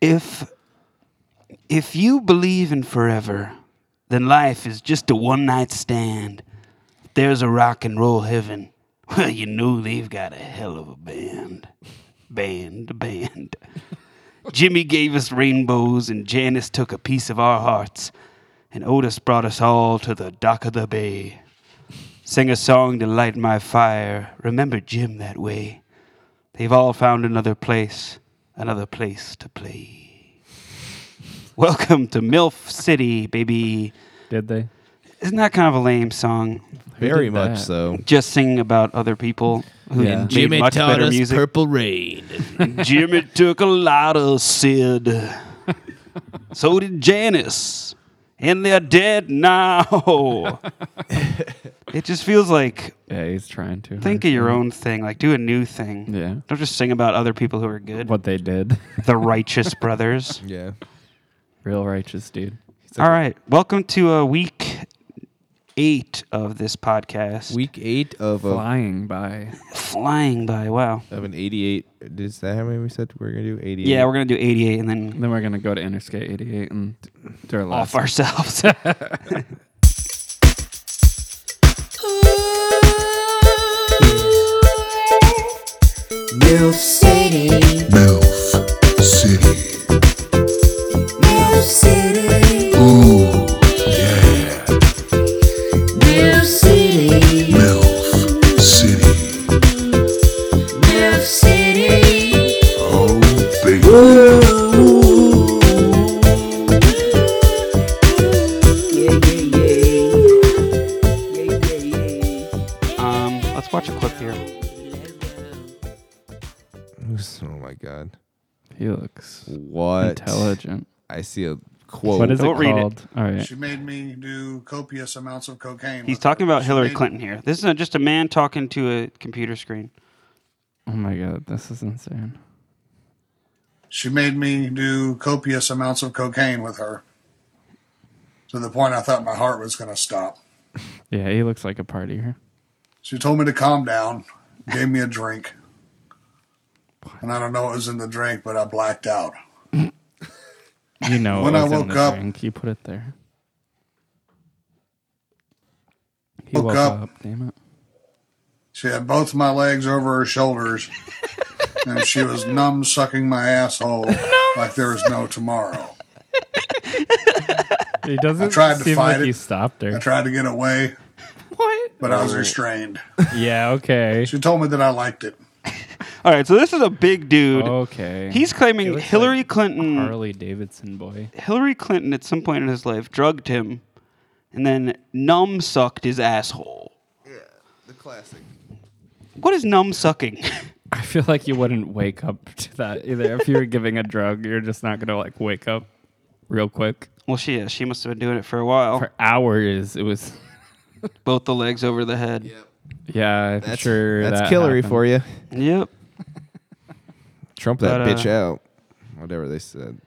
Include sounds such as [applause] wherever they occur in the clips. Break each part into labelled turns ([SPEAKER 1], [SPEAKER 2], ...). [SPEAKER 1] if if you believe in forever, then life is just a one night stand. If there's a rock and roll heaven. [laughs] Well, you know they've got a hell of a band. Band, band. [laughs] Jimmy gave us rainbows, and Janice took a piece of our hearts, and Otis brought us all to the dock of the bay. Sing a song to light my fire. Remember Jim that way. They've all found another place, another place to play. Welcome to MILF City, baby.
[SPEAKER 2] Did they?
[SPEAKER 1] Isn't that kind of a lame song?
[SPEAKER 3] Very
[SPEAKER 2] did
[SPEAKER 3] much
[SPEAKER 2] that?
[SPEAKER 3] so.
[SPEAKER 1] Just singing about other people who
[SPEAKER 2] Yeah.
[SPEAKER 1] made much better music.
[SPEAKER 3] [laughs] Purple Rain.
[SPEAKER 1] Jimmy took a lot of Sid. So did Janice. And they're dead now. it just feels like
[SPEAKER 2] Yeah, he's trying to.
[SPEAKER 1] think of your own thing. Like do a new thing.
[SPEAKER 2] Yeah.
[SPEAKER 1] Don't just sing about other people who are good.
[SPEAKER 2] What they did. [laughs]
[SPEAKER 1] The Righteous Brothers.
[SPEAKER 3] yeah.
[SPEAKER 2] Real righteous dude.
[SPEAKER 1] All right. Welcome to uh, week eight of this podcast.
[SPEAKER 3] Week eight of a,
[SPEAKER 2] Flying by.
[SPEAKER 1] Flying by. Wow.
[SPEAKER 3] of an eighty-eight. Is that how many we said we were gonna do? Eighty-eight.
[SPEAKER 1] Yeah, we're going to do 88 and then
[SPEAKER 2] Then we're gonna go to Interstate 88 and do our
[SPEAKER 1] off
[SPEAKER 2] last. [laughs]
[SPEAKER 1] ourselves.
[SPEAKER 4] Milf City.
[SPEAKER 5] MILF City.
[SPEAKER 4] Milf City.
[SPEAKER 5] Ooh, yeah.
[SPEAKER 4] Milf City.
[SPEAKER 5] MILF City.
[SPEAKER 4] Milf City.
[SPEAKER 5] Oh, baby.
[SPEAKER 1] um, let's watch a clip here.
[SPEAKER 3] [laughs] Oh my god.
[SPEAKER 2] He looks
[SPEAKER 3] What?
[SPEAKER 2] intelligent.
[SPEAKER 3] I see a quote.
[SPEAKER 2] What is
[SPEAKER 1] Don't
[SPEAKER 2] it
[SPEAKER 1] read it.
[SPEAKER 2] called? All right.
[SPEAKER 6] She made me do copious amounts of cocaine.
[SPEAKER 1] He's
[SPEAKER 6] with her.
[SPEAKER 1] talking about
[SPEAKER 6] She
[SPEAKER 1] Hillary
[SPEAKER 6] made-
[SPEAKER 1] Clinton here. This is a, just a man talking to a computer screen.
[SPEAKER 2] Oh my god, this is insane.
[SPEAKER 6] She made me do copious amounts of cocaine with her to the point I thought my heart was going to stop.
[SPEAKER 2] Yeah, he looks like a partier.
[SPEAKER 6] She told me to calm down, gave me a drink. And I don't know what was in the drink, but I blacked out.
[SPEAKER 2] You know,
[SPEAKER 6] When
[SPEAKER 2] it
[SPEAKER 6] I
[SPEAKER 2] was in
[SPEAKER 6] woke
[SPEAKER 2] the
[SPEAKER 6] up-
[SPEAKER 2] drink. you put it there. He
[SPEAKER 6] Woke
[SPEAKER 2] woke
[SPEAKER 6] up.
[SPEAKER 2] up. Damn it.
[SPEAKER 6] She had both my legs over
[SPEAKER 1] [laughs]
[SPEAKER 6] her shoulders, and she was numb sucking
[SPEAKER 1] [laughs]
[SPEAKER 6] my asshole like there was no tomorrow.
[SPEAKER 2] He doesn't
[SPEAKER 6] tried to
[SPEAKER 2] seem
[SPEAKER 6] fight
[SPEAKER 2] like he
[SPEAKER 6] it.
[SPEAKER 2] stopped
[SPEAKER 6] I [laughs]
[SPEAKER 2] her.
[SPEAKER 6] tried to get away, but I was restrained.
[SPEAKER 2] yeah. Okay.
[SPEAKER 6] She told me that I liked it.
[SPEAKER 1] All right, so this is a big dude.
[SPEAKER 2] Okay.
[SPEAKER 1] He's
[SPEAKER 2] He
[SPEAKER 1] claiming
[SPEAKER 2] looks
[SPEAKER 1] Hillary
[SPEAKER 2] like
[SPEAKER 1] Clinton.
[SPEAKER 2] Harley Davidson boy.
[SPEAKER 1] Hillary Clinton at some point in his life drugged him, and then numb sucked his asshole.
[SPEAKER 3] the classic?
[SPEAKER 1] What is numb sucking? [laughs]
[SPEAKER 2] I feel like you wouldn't wake up to that either. if you were giving a drug, you're just not gonna like wake up real quick.
[SPEAKER 1] well, she is. She must have been doing it for a while.
[SPEAKER 2] For hours, it was.
[SPEAKER 1] Both the legs over the head.
[SPEAKER 2] Yeah, I'm
[SPEAKER 3] That's
[SPEAKER 2] sure.
[SPEAKER 3] That's
[SPEAKER 2] that
[SPEAKER 3] Hillary
[SPEAKER 2] happened.
[SPEAKER 3] for you.
[SPEAKER 1] Yep.
[SPEAKER 3] Trump that
[SPEAKER 1] But, uh,
[SPEAKER 3] bitch out. Whatever they said.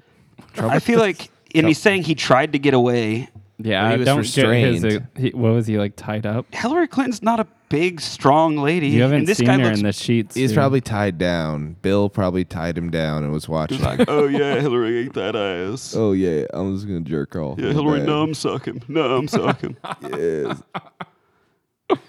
[SPEAKER 1] I feel like, and he's saying he tried to get away.
[SPEAKER 2] Yeah,
[SPEAKER 3] But
[SPEAKER 2] I
[SPEAKER 3] he was
[SPEAKER 2] don't get his.
[SPEAKER 3] restrained.
[SPEAKER 2] uh, he, what was he like tied up?
[SPEAKER 1] Hillary Clinton's not a big, strong lady.
[SPEAKER 2] You haven't
[SPEAKER 1] and this
[SPEAKER 2] seen
[SPEAKER 1] guy
[SPEAKER 2] her
[SPEAKER 1] looks
[SPEAKER 2] in the sheets.
[SPEAKER 3] He's
[SPEAKER 2] dude.
[SPEAKER 3] probably tied down. Bill probably tied him down and was
[SPEAKER 1] [laughs]
[SPEAKER 3] watching.
[SPEAKER 1] like, [laughs] oh yeah, Hillary ate that ass.
[SPEAKER 3] [laughs] oh yeah, I'm just gonna jerk off.
[SPEAKER 1] Yeah, Hillary numb suck him. Numb suck
[SPEAKER 2] [laughs]
[SPEAKER 1] him.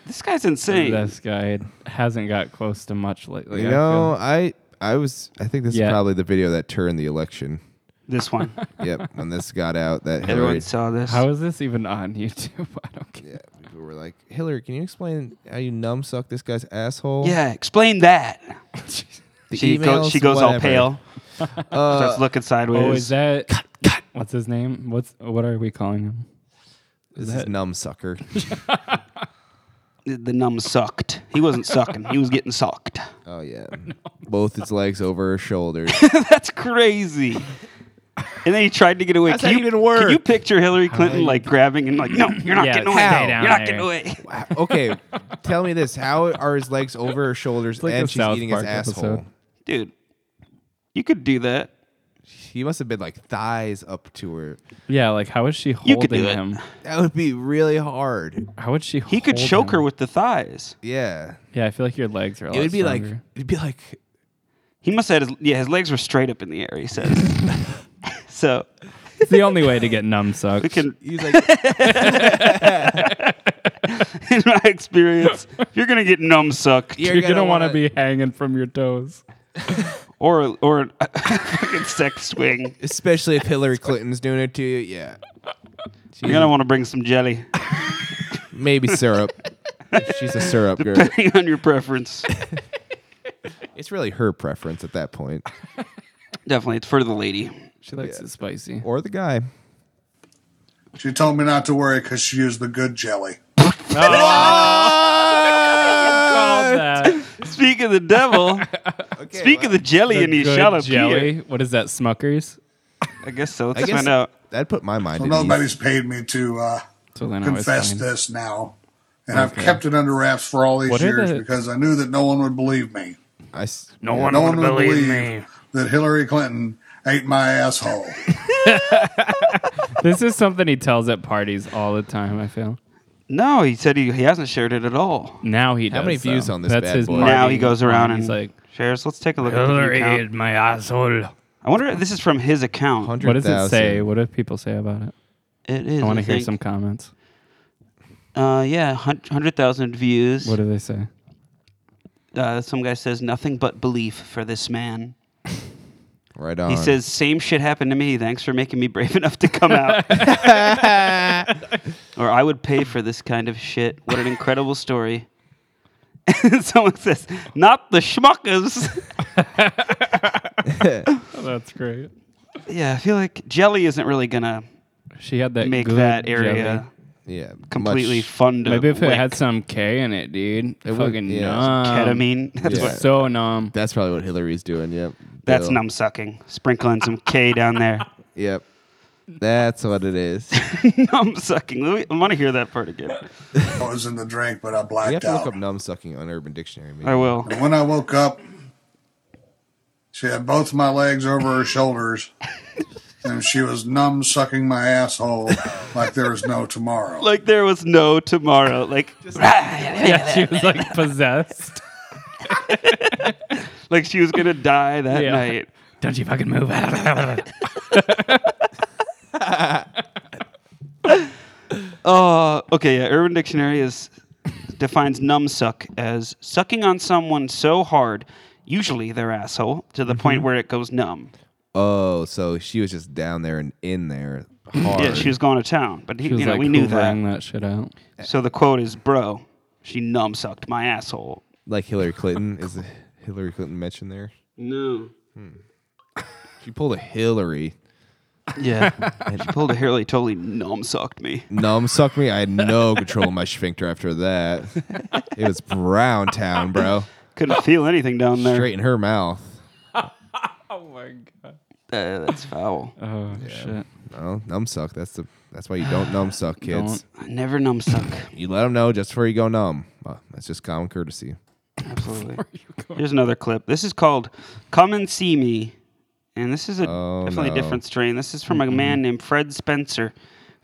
[SPEAKER 1] This guy's insane.
[SPEAKER 2] This guy hasn't got close to much lately.
[SPEAKER 3] You
[SPEAKER 2] I
[SPEAKER 3] know,
[SPEAKER 2] feel.
[SPEAKER 3] I I was I think this
[SPEAKER 2] Yeah.
[SPEAKER 3] is probably the video that turned the election.
[SPEAKER 1] This
[SPEAKER 2] [laughs]
[SPEAKER 1] one.
[SPEAKER 3] Yep, when this got out, that Hillary.
[SPEAKER 1] Everyone saw this.
[SPEAKER 2] how is this even on [laughs] YouTube? I don't care.
[SPEAKER 3] yeah, people were like, Hillary, can you explain how you numb suck this guy's asshole?
[SPEAKER 1] yeah, explain
[SPEAKER 2] [laughs]
[SPEAKER 1] that.
[SPEAKER 3] The
[SPEAKER 1] She goes,
[SPEAKER 3] emails,
[SPEAKER 1] she goes all
[SPEAKER 3] whatever.
[SPEAKER 1] pale, starts
[SPEAKER 3] Uh,
[SPEAKER 1] looking sideways.
[SPEAKER 2] Oh, is that? What's his name? What's what are we calling him?
[SPEAKER 3] this is numb sucker.
[SPEAKER 1] [laughs] the, the numb sucked. He wasn't sucking. He was getting sucked.
[SPEAKER 3] Oh yeah, both its legs over her shoulders.
[SPEAKER 1] [laughs] That's crazy. And then he tried to get away.
[SPEAKER 3] How's
[SPEAKER 1] can
[SPEAKER 3] that
[SPEAKER 1] you,
[SPEAKER 3] even work?
[SPEAKER 1] Can you picture Hillary Clinton like grabbing and like, no, you're not
[SPEAKER 2] Uh, Yeah,
[SPEAKER 1] getting away.
[SPEAKER 2] stay
[SPEAKER 1] You're
[SPEAKER 2] down
[SPEAKER 1] not
[SPEAKER 2] there."
[SPEAKER 1] getting away.
[SPEAKER 3] Wow, okay, tell me this: How are his legs over her shoulders
[SPEAKER 2] like
[SPEAKER 3] and
[SPEAKER 2] the
[SPEAKER 3] she's
[SPEAKER 2] South
[SPEAKER 3] eating his
[SPEAKER 2] Park
[SPEAKER 3] asshole?
[SPEAKER 2] episode.
[SPEAKER 1] Dude, you could do that.
[SPEAKER 3] He must have been like thighs up to her.
[SPEAKER 2] Yeah, like how is she
[SPEAKER 1] You could do
[SPEAKER 2] holding
[SPEAKER 1] it.
[SPEAKER 2] him?
[SPEAKER 3] That would be really hard.
[SPEAKER 2] How would she?
[SPEAKER 1] He could
[SPEAKER 2] hold
[SPEAKER 1] choke
[SPEAKER 2] him?
[SPEAKER 1] her with the thighs.
[SPEAKER 3] Yeah,
[SPEAKER 1] Oh,
[SPEAKER 2] Yeah, I feel like your legs are. A
[SPEAKER 3] it would be like it'd be like
[SPEAKER 1] He must have had his, yeah, his legs were straight up in the air, he says. [laughs] so
[SPEAKER 2] It's the only way to get
[SPEAKER 3] [laughs]
[SPEAKER 2] numb sucks.
[SPEAKER 1] we can, [laughs]
[SPEAKER 3] He's like,
[SPEAKER 1] in my experience, if you're going to get numb sucked
[SPEAKER 2] [laughs] You're, gonna, want to be hanging from your toes.
[SPEAKER 1] or, or [laughs] a fucking sex swing.
[SPEAKER 3] especially
[SPEAKER 1] [laughs]
[SPEAKER 3] if Hillary Clinton's doing it to you. Yeah,
[SPEAKER 1] You're going to want to bring some jelly, [laughs]
[SPEAKER 2] [laughs]
[SPEAKER 3] maybe syrup. She's a syrup girl.
[SPEAKER 1] depending on your preference.
[SPEAKER 3] It's really her preference at that point,
[SPEAKER 1] Definitely, it's for the lady.
[SPEAKER 2] [laughs] She likes it spicy.
[SPEAKER 3] or the guy.
[SPEAKER 6] She told me not to worry because she used the good jelly.
[SPEAKER 1] Ah!
[SPEAKER 2] Call
[SPEAKER 3] [laughs]
[SPEAKER 2] that
[SPEAKER 1] Speak of the devil. [laughs] Speak of the jelly in these
[SPEAKER 2] good
[SPEAKER 1] shallow
[SPEAKER 2] jelly.
[SPEAKER 1] jelly.
[SPEAKER 2] What is that, Smuckers?
[SPEAKER 1] I guess so. Let's
[SPEAKER 3] I guess
[SPEAKER 1] find out.
[SPEAKER 3] that put my mind.
[SPEAKER 6] Well,
[SPEAKER 3] at ease.
[SPEAKER 6] nobody's paid me to uh,
[SPEAKER 2] So then I was
[SPEAKER 6] confess
[SPEAKER 2] fine.
[SPEAKER 6] this now, and I've kept it under wraps for all these
[SPEAKER 2] What are
[SPEAKER 6] years
[SPEAKER 2] the-
[SPEAKER 6] because I knew that no one would believe me.
[SPEAKER 3] I s-
[SPEAKER 1] No one
[SPEAKER 6] no
[SPEAKER 1] would
[SPEAKER 6] one would
[SPEAKER 1] believe
[SPEAKER 6] believe
[SPEAKER 1] me.
[SPEAKER 6] that Hillary Clinton ate my asshole.
[SPEAKER 2] This is something he tells at parties all the time. I feel
[SPEAKER 1] No, he said he, he hasn't shared it at all.
[SPEAKER 2] now he.
[SPEAKER 3] How
[SPEAKER 2] does,
[SPEAKER 3] many views
[SPEAKER 2] though.
[SPEAKER 3] on this
[SPEAKER 2] That's
[SPEAKER 3] bad
[SPEAKER 2] his
[SPEAKER 3] boy?
[SPEAKER 2] party
[SPEAKER 1] now he goes around
[SPEAKER 2] line.
[SPEAKER 1] and
[SPEAKER 2] he's like,
[SPEAKER 1] shares. Let's take a look at the view count.
[SPEAKER 2] my asshole."
[SPEAKER 1] I wonder if this is from his account.
[SPEAKER 3] hundred.
[SPEAKER 2] What does it say? What do people say about it?
[SPEAKER 1] It is.
[SPEAKER 2] I want to
[SPEAKER 1] I
[SPEAKER 2] hear
[SPEAKER 1] think.
[SPEAKER 2] some comments.
[SPEAKER 1] Uh, yeah, hundred thousand views.
[SPEAKER 2] What do they say?
[SPEAKER 1] Uh, some guy says nothing but belief for this man.
[SPEAKER 3] Right on.
[SPEAKER 1] He says same shit happened to me. Thanks for making me brave [laughs] enough to come out. or I would pay for this kind of shit. What an incredible story. [laughs] And someone says, not the schmuckers.
[SPEAKER 2] Oh, That's great.
[SPEAKER 1] [laughs] yeah, I feel like jelly isn't really gonna
[SPEAKER 2] She had that
[SPEAKER 1] make
[SPEAKER 2] good
[SPEAKER 1] that area
[SPEAKER 2] jelly.
[SPEAKER 3] yeah,
[SPEAKER 1] completely
[SPEAKER 3] much-
[SPEAKER 1] fun to
[SPEAKER 2] Maybe if it
[SPEAKER 1] lick.
[SPEAKER 2] had some um, K in it, dude. It
[SPEAKER 3] would-
[SPEAKER 2] fucking
[SPEAKER 3] yeah.
[SPEAKER 2] numb.
[SPEAKER 1] ketamine. [laughs] That's
[SPEAKER 3] Yeah.
[SPEAKER 1] what
[SPEAKER 2] So [laughs] numb.
[SPEAKER 3] that's probably what Hillary's doing. Yep.
[SPEAKER 1] that's
[SPEAKER 3] Bill.
[SPEAKER 1] numb sucking. Sprinkling some K down [laughs] there.
[SPEAKER 3] Yep. That's what
[SPEAKER 1] [laughs]
[SPEAKER 3] it is.
[SPEAKER 1] numb sucking. Let me- I want to hear that part again.
[SPEAKER 6] I was in the drink, but
[SPEAKER 3] We
[SPEAKER 6] I
[SPEAKER 3] have
[SPEAKER 6] blacked
[SPEAKER 3] to look up
[SPEAKER 6] out.
[SPEAKER 3] numb sucking on Urban Dictionary. Maybe.
[SPEAKER 1] I will.
[SPEAKER 6] And when I woke up, she had both my legs over her shoulders, and she was numb sucking my asshole like there was no tomorrow.
[SPEAKER 1] Like there was no tomorrow. Like
[SPEAKER 2] Yeah, she was like possessed.
[SPEAKER 1] like she was gonna die that
[SPEAKER 2] Yeah.
[SPEAKER 1] night.
[SPEAKER 2] Don't you fucking move. [laughs]
[SPEAKER 1] Uh, okay, yeah, Urban Dictionary is defines numbsuck as sucking on someone so hard, usually their asshole, to the point where it goes numb.
[SPEAKER 3] Oh, so she was just down there and in there
[SPEAKER 1] [laughs]
[SPEAKER 3] hard.
[SPEAKER 1] Yeah, she was going to town, but he,
[SPEAKER 2] she was
[SPEAKER 1] you know,
[SPEAKER 2] like
[SPEAKER 1] we knew that.
[SPEAKER 2] hoovering that shit out.
[SPEAKER 1] So the quote is, "Bro, she numbsucked my asshole."
[SPEAKER 3] like Hillary Clinton. Is Hillary Clinton mentioned there?
[SPEAKER 1] No.
[SPEAKER 3] She pulled a Hillary.
[SPEAKER 1] Yeah, [laughs] she pulled a Hillary, totally numbsucked me.
[SPEAKER 3] Numb sucked um, me. I had no control of my sphincter after that. It was Brown Town, bro.
[SPEAKER 1] Couldn't feel anything down there.
[SPEAKER 3] Straight in her mouth.
[SPEAKER 2] Oh my god.
[SPEAKER 1] Uh, that's foul.
[SPEAKER 2] Oh shit.
[SPEAKER 3] No, numb suck. That's the. That's why you don't numb suck,
[SPEAKER 1] [sighs]
[SPEAKER 3] kids.
[SPEAKER 1] I never numbsuck.
[SPEAKER 3] You let them know just before you go numb. Uh, that's just common courtesy.
[SPEAKER 1] Absolutely. Here's another clip. This is called "Come and See Me," and this is a
[SPEAKER 3] Oh,
[SPEAKER 1] definitely
[SPEAKER 3] no.
[SPEAKER 1] different strain. This is from a man named Fred Spencer,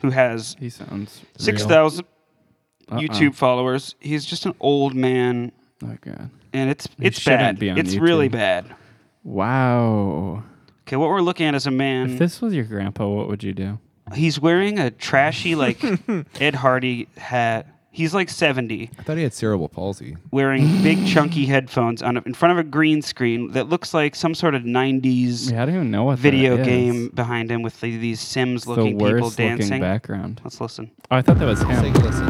[SPEAKER 1] who has
[SPEAKER 2] He sounds
[SPEAKER 1] six
[SPEAKER 2] real.
[SPEAKER 1] thousand
[SPEAKER 2] Uh-uh.
[SPEAKER 1] YouTube followers. He's just an old man,
[SPEAKER 2] Oh god.
[SPEAKER 1] and it's it's
[SPEAKER 2] shouldn't
[SPEAKER 1] bad.
[SPEAKER 2] be on
[SPEAKER 1] it's really
[SPEAKER 2] YouTube.
[SPEAKER 1] bad.
[SPEAKER 2] Wow.
[SPEAKER 1] Okay, what we're looking at is a man.
[SPEAKER 2] If this was your grandpa, what would you do?
[SPEAKER 1] he's wearing a
[SPEAKER 2] [laughs]
[SPEAKER 1] trashy like Ed Hardy hat. He's like seventy.
[SPEAKER 3] I thought he had cerebral palsy.
[SPEAKER 1] wearing big
[SPEAKER 2] [laughs]
[SPEAKER 1] chunky headphones on a, in front of a green screen that looks like some sort of 90s
[SPEAKER 2] Yeah, I don't even know what
[SPEAKER 1] video
[SPEAKER 2] that is.
[SPEAKER 1] game behind him with the, these Sims
[SPEAKER 2] The
[SPEAKER 1] looking people
[SPEAKER 2] worst looking
[SPEAKER 1] dancing.
[SPEAKER 2] background.
[SPEAKER 1] Let's listen.
[SPEAKER 2] Oh, I thought that was
[SPEAKER 3] Take
[SPEAKER 2] him.
[SPEAKER 3] a listen.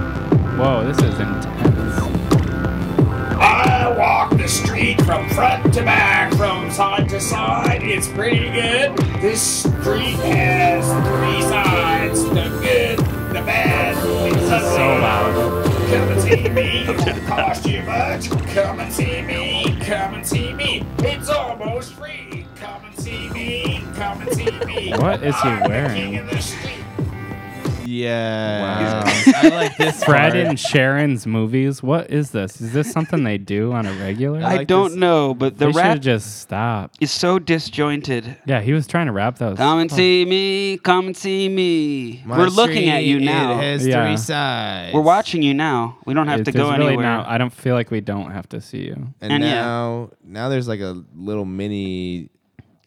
[SPEAKER 2] Whoa, this is intense.
[SPEAKER 7] I walk the street from front to back, from side to side. It's pretty good. This street has three sides: the good, the bad, and the so loud. Come and see me. It won't cost you much. Come and see me. Come and see me. It's almost free. Come and see me. Come and see me.
[SPEAKER 2] What is he
[SPEAKER 7] I'm the
[SPEAKER 2] wearing?
[SPEAKER 7] king of the street.
[SPEAKER 3] Yeah.
[SPEAKER 8] [laughs] I like this.
[SPEAKER 2] Fred
[SPEAKER 8] part.
[SPEAKER 2] and Sharon's movies. What is this? Is this something they do on a regular?
[SPEAKER 1] I don't know, but the
[SPEAKER 2] they should
[SPEAKER 1] rap
[SPEAKER 2] have just stopped.
[SPEAKER 1] is so disjointed.
[SPEAKER 2] Yeah, he was trying to rap Oh. those.
[SPEAKER 1] Come and see me, come and see me. We're looking at you now.
[SPEAKER 8] It has
[SPEAKER 2] Yeah.
[SPEAKER 8] three sides.
[SPEAKER 1] We're watching you now. We don't have
[SPEAKER 2] It-
[SPEAKER 1] to
[SPEAKER 2] there's
[SPEAKER 1] go
[SPEAKER 2] really
[SPEAKER 1] anywhere.
[SPEAKER 2] not- I don't feel like we don't have to see you.
[SPEAKER 3] And,
[SPEAKER 1] And yeah.
[SPEAKER 3] now, now there's like a little mini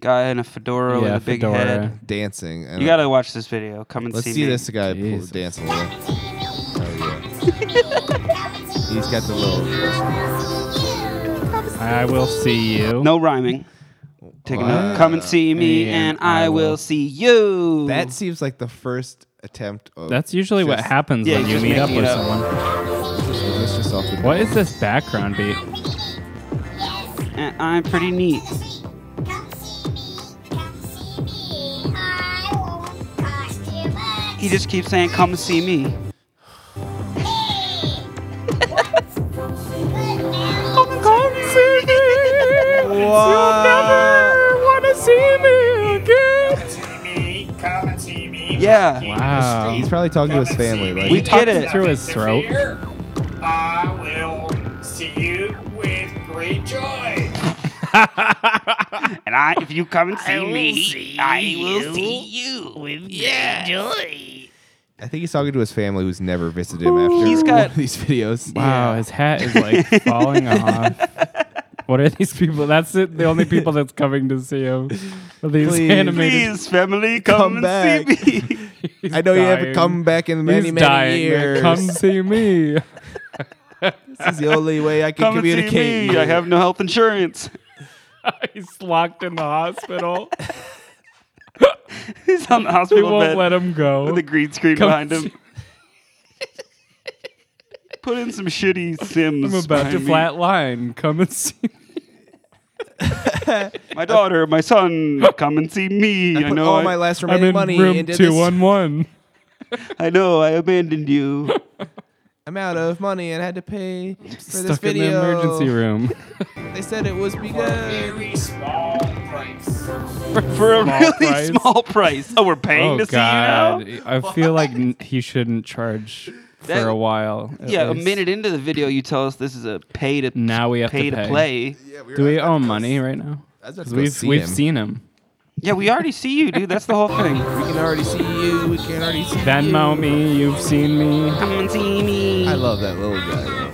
[SPEAKER 1] Guy in a fedora with
[SPEAKER 2] Yeah,
[SPEAKER 1] a big
[SPEAKER 2] fedora.
[SPEAKER 1] head.
[SPEAKER 3] dancing. And
[SPEAKER 1] You gotta watch this video. Come and
[SPEAKER 3] let's see,
[SPEAKER 1] me.
[SPEAKER 3] this guy pull,
[SPEAKER 2] Jesus.
[SPEAKER 3] dance a little. Oh yeah.
[SPEAKER 5] [laughs]
[SPEAKER 3] He's got the little.
[SPEAKER 2] I will see you.
[SPEAKER 1] No rhyming. Take a note.
[SPEAKER 3] Wow.
[SPEAKER 1] Come and see me, and, I will see you.
[SPEAKER 3] That seems like the first attempt. Of
[SPEAKER 2] That's usually what
[SPEAKER 3] just-
[SPEAKER 2] happens
[SPEAKER 1] Yeah,
[SPEAKER 2] when
[SPEAKER 1] you
[SPEAKER 2] you
[SPEAKER 1] just
[SPEAKER 2] meet
[SPEAKER 1] make
[SPEAKER 2] up
[SPEAKER 1] it
[SPEAKER 2] with
[SPEAKER 1] up.
[SPEAKER 2] someone.
[SPEAKER 3] was this just off the
[SPEAKER 2] What is this background beat?
[SPEAKER 1] And I'm pretty neat. He just keeps saying, "Come and see me." [laughs]
[SPEAKER 7] Come and see me, come and see me.
[SPEAKER 1] Yeah.
[SPEAKER 2] Wow.
[SPEAKER 3] He's probably talking to his family. Like,
[SPEAKER 1] We get it.
[SPEAKER 2] Through his throat.
[SPEAKER 7] I will see you with great joy.
[SPEAKER 1] And I, if you come and see me, I will see you.
[SPEAKER 3] I think he's talking to his family, who's never visited him after
[SPEAKER 1] He's
[SPEAKER 3] one
[SPEAKER 1] got-
[SPEAKER 3] of these videos.
[SPEAKER 2] Wow, his hat is
[SPEAKER 1] [laughs]
[SPEAKER 2] like falling off. What are these people? That's it. The only people that's coming to see him. Are these
[SPEAKER 3] Please.
[SPEAKER 2] animated.
[SPEAKER 1] Please, family, come,
[SPEAKER 3] Come
[SPEAKER 1] and see
[SPEAKER 2] [laughs]
[SPEAKER 1] me.
[SPEAKER 2] He's
[SPEAKER 3] I know you
[SPEAKER 2] dying.
[SPEAKER 3] haven't come back in many,
[SPEAKER 2] He's
[SPEAKER 3] many
[SPEAKER 2] dying.
[SPEAKER 3] years.
[SPEAKER 2] Come see me.
[SPEAKER 3] This is the only way I can
[SPEAKER 1] come and see
[SPEAKER 3] communicate.
[SPEAKER 1] me.
[SPEAKER 3] you.
[SPEAKER 1] I have no health insurance. [laughs]
[SPEAKER 2] [laughs] He's locked in the
[SPEAKER 3] [laughs]
[SPEAKER 2] hospital.
[SPEAKER 1] He's on the
[SPEAKER 2] They
[SPEAKER 1] hospital
[SPEAKER 2] won't
[SPEAKER 1] bed
[SPEAKER 2] let him go.
[SPEAKER 1] with a green screen
[SPEAKER 2] Come
[SPEAKER 1] behind
[SPEAKER 2] see-
[SPEAKER 1] him. [laughs] Put in some shitty Sims.
[SPEAKER 2] [laughs] I'm about
[SPEAKER 1] behind
[SPEAKER 2] to
[SPEAKER 1] me.
[SPEAKER 2] flatline. Come and see me.
[SPEAKER 1] My daughter, my
[SPEAKER 2] [laughs]
[SPEAKER 1] son, come and see me. I,
[SPEAKER 3] put
[SPEAKER 1] know.
[SPEAKER 3] all
[SPEAKER 1] I,
[SPEAKER 3] my last
[SPEAKER 2] I'm
[SPEAKER 3] remaining
[SPEAKER 2] in
[SPEAKER 3] money
[SPEAKER 2] room
[SPEAKER 3] into
[SPEAKER 2] two
[SPEAKER 3] this.
[SPEAKER 2] one one.
[SPEAKER 1] I know. I abandoned
[SPEAKER 2] [laughs]
[SPEAKER 1] you.
[SPEAKER 3] I'm out of money and had to pay for this
[SPEAKER 2] Stuck in
[SPEAKER 3] video.
[SPEAKER 2] the emergency
[SPEAKER 3] [laughs]
[SPEAKER 2] room. Oh,
[SPEAKER 3] They said it was because
[SPEAKER 7] Very small price.
[SPEAKER 1] for a
[SPEAKER 2] Small
[SPEAKER 1] really [laughs]
[SPEAKER 2] price.
[SPEAKER 1] small price. Oh, we're paying
[SPEAKER 2] Oh
[SPEAKER 1] to see
[SPEAKER 2] God!
[SPEAKER 1] you now.
[SPEAKER 2] I feel like n- he shouldn't charge
[SPEAKER 1] That-
[SPEAKER 2] for a while. at
[SPEAKER 1] Yeah, a
[SPEAKER 2] least.
[SPEAKER 1] minute into the video, you tell us this is a pay to
[SPEAKER 2] Now we have
[SPEAKER 1] pay
[SPEAKER 2] Mm, to
[SPEAKER 1] to
[SPEAKER 2] pay.
[SPEAKER 1] play.
[SPEAKER 2] Do we owe him money right now?
[SPEAKER 3] I was
[SPEAKER 2] 'Cause
[SPEAKER 3] about to go
[SPEAKER 2] We've
[SPEAKER 3] see
[SPEAKER 2] we've
[SPEAKER 3] him.
[SPEAKER 2] seen him.
[SPEAKER 1] Yeah, we already see you, dude. That's the whole thing.
[SPEAKER 3] we can already see you. We can already see
[SPEAKER 2] Venmo
[SPEAKER 3] you.
[SPEAKER 2] me. You've seen me.
[SPEAKER 1] [laughs] Come and see me.
[SPEAKER 3] I love that little guy. though.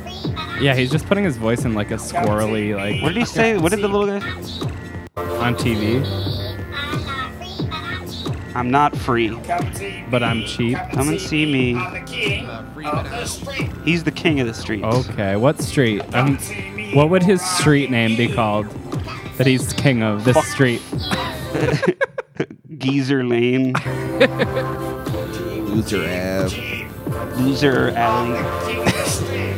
[SPEAKER 2] Yeah, he's just putting his voice in like a squirrely
[SPEAKER 1] What
[SPEAKER 2] like
[SPEAKER 1] did he say? What did the little guy?
[SPEAKER 2] on TV.
[SPEAKER 1] I'm not free.
[SPEAKER 7] Come and see
[SPEAKER 2] But I'm
[SPEAKER 7] me,
[SPEAKER 2] cheap.
[SPEAKER 1] Come and see me.
[SPEAKER 7] I'm the king
[SPEAKER 3] Uh,
[SPEAKER 7] of the street.
[SPEAKER 1] He's the king of the streets.
[SPEAKER 2] Okay, what street? Um, what would [laughs] his street name be called? That he's king of this street.
[SPEAKER 1] Geezer Lane,
[SPEAKER 3] Loser app.
[SPEAKER 1] Loser Alley.
[SPEAKER 7] King of the street.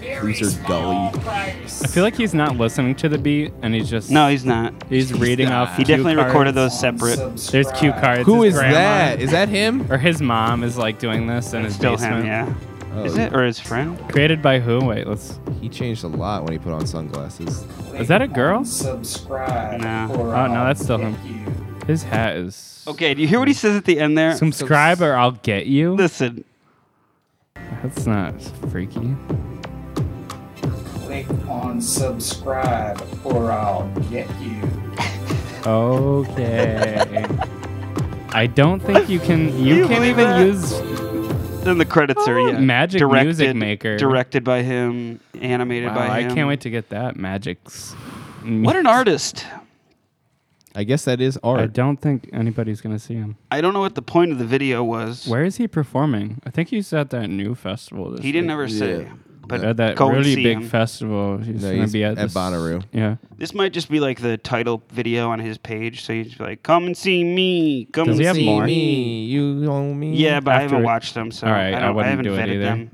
[SPEAKER 7] Very
[SPEAKER 3] Loser
[SPEAKER 7] small
[SPEAKER 3] gully.
[SPEAKER 7] price.
[SPEAKER 2] I feel like he's not listening to the beat, and he's just
[SPEAKER 1] No, he's not.
[SPEAKER 2] he's, reading off.
[SPEAKER 1] He
[SPEAKER 2] cue
[SPEAKER 1] definitely
[SPEAKER 2] cards.
[SPEAKER 1] recorded those separate.
[SPEAKER 2] There's cue cards.
[SPEAKER 3] Who
[SPEAKER 2] his
[SPEAKER 3] is
[SPEAKER 2] grandma-
[SPEAKER 3] that? Is that him?
[SPEAKER 2] Or his mom is like doing this in his
[SPEAKER 1] Still
[SPEAKER 2] basement.
[SPEAKER 1] him, yeah.
[SPEAKER 3] Oh,
[SPEAKER 1] Is it or his friend?
[SPEAKER 2] Created by who? Wait, let's.
[SPEAKER 3] He changed a lot when he put on sunglasses.
[SPEAKER 2] Is that a girl?
[SPEAKER 7] Subscribe.
[SPEAKER 1] No.
[SPEAKER 7] or
[SPEAKER 2] Oh, no,
[SPEAKER 7] I'll
[SPEAKER 2] that's still
[SPEAKER 7] hit
[SPEAKER 2] him.
[SPEAKER 7] you.
[SPEAKER 2] His hat is.
[SPEAKER 1] Okay, do you hear what he says at the end there?
[SPEAKER 2] Subscribe or I'll get you.
[SPEAKER 1] Listen,
[SPEAKER 2] That's not freaky.
[SPEAKER 7] Click on subscribe or I'll get you.
[SPEAKER 2] Okay. [laughs] I don't think you can. You,
[SPEAKER 1] you
[SPEAKER 2] can't
[SPEAKER 1] believe
[SPEAKER 2] even
[SPEAKER 1] that?
[SPEAKER 2] use.
[SPEAKER 1] then the credits are yeah,
[SPEAKER 2] Oh. Magic Music Maker.
[SPEAKER 1] directed by him, animated
[SPEAKER 2] Wow,
[SPEAKER 1] by
[SPEAKER 2] I
[SPEAKER 1] him.
[SPEAKER 2] can't wait to get that magics.
[SPEAKER 1] What an artist!
[SPEAKER 3] I guess that is
[SPEAKER 2] I
[SPEAKER 3] art.
[SPEAKER 2] don't think anybody's gonna see him.
[SPEAKER 1] I don't know what the point of the video was.
[SPEAKER 2] Where is he performing? I think he's at that new festival. This
[SPEAKER 1] he didn't
[SPEAKER 2] week.
[SPEAKER 1] ever say,
[SPEAKER 3] Yeah.
[SPEAKER 1] but
[SPEAKER 2] at that
[SPEAKER 1] go and
[SPEAKER 2] really
[SPEAKER 1] see
[SPEAKER 2] big
[SPEAKER 1] him.
[SPEAKER 2] festival. He's
[SPEAKER 3] No,
[SPEAKER 2] gonna
[SPEAKER 3] he's
[SPEAKER 2] be at,
[SPEAKER 3] at
[SPEAKER 2] this-
[SPEAKER 3] Bonnaroo.
[SPEAKER 2] Yeah.
[SPEAKER 1] This might just be like the title video on his page. So he's like, "Come and see me. Come
[SPEAKER 2] Does
[SPEAKER 1] and
[SPEAKER 2] he have
[SPEAKER 1] see
[SPEAKER 2] more?
[SPEAKER 1] me."
[SPEAKER 3] Me, you owe me.
[SPEAKER 1] Yeah, but I haven't
[SPEAKER 2] After-
[SPEAKER 1] watched them, so
[SPEAKER 2] All right,
[SPEAKER 1] I,
[SPEAKER 2] I
[SPEAKER 1] don't,
[SPEAKER 2] wouldn't
[SPEAKER 1] haven't
[SPEAKER 2] do it
[SPEAKER 1] vetted
[SPEAKER 2] either.
[SPEAKER 1] them.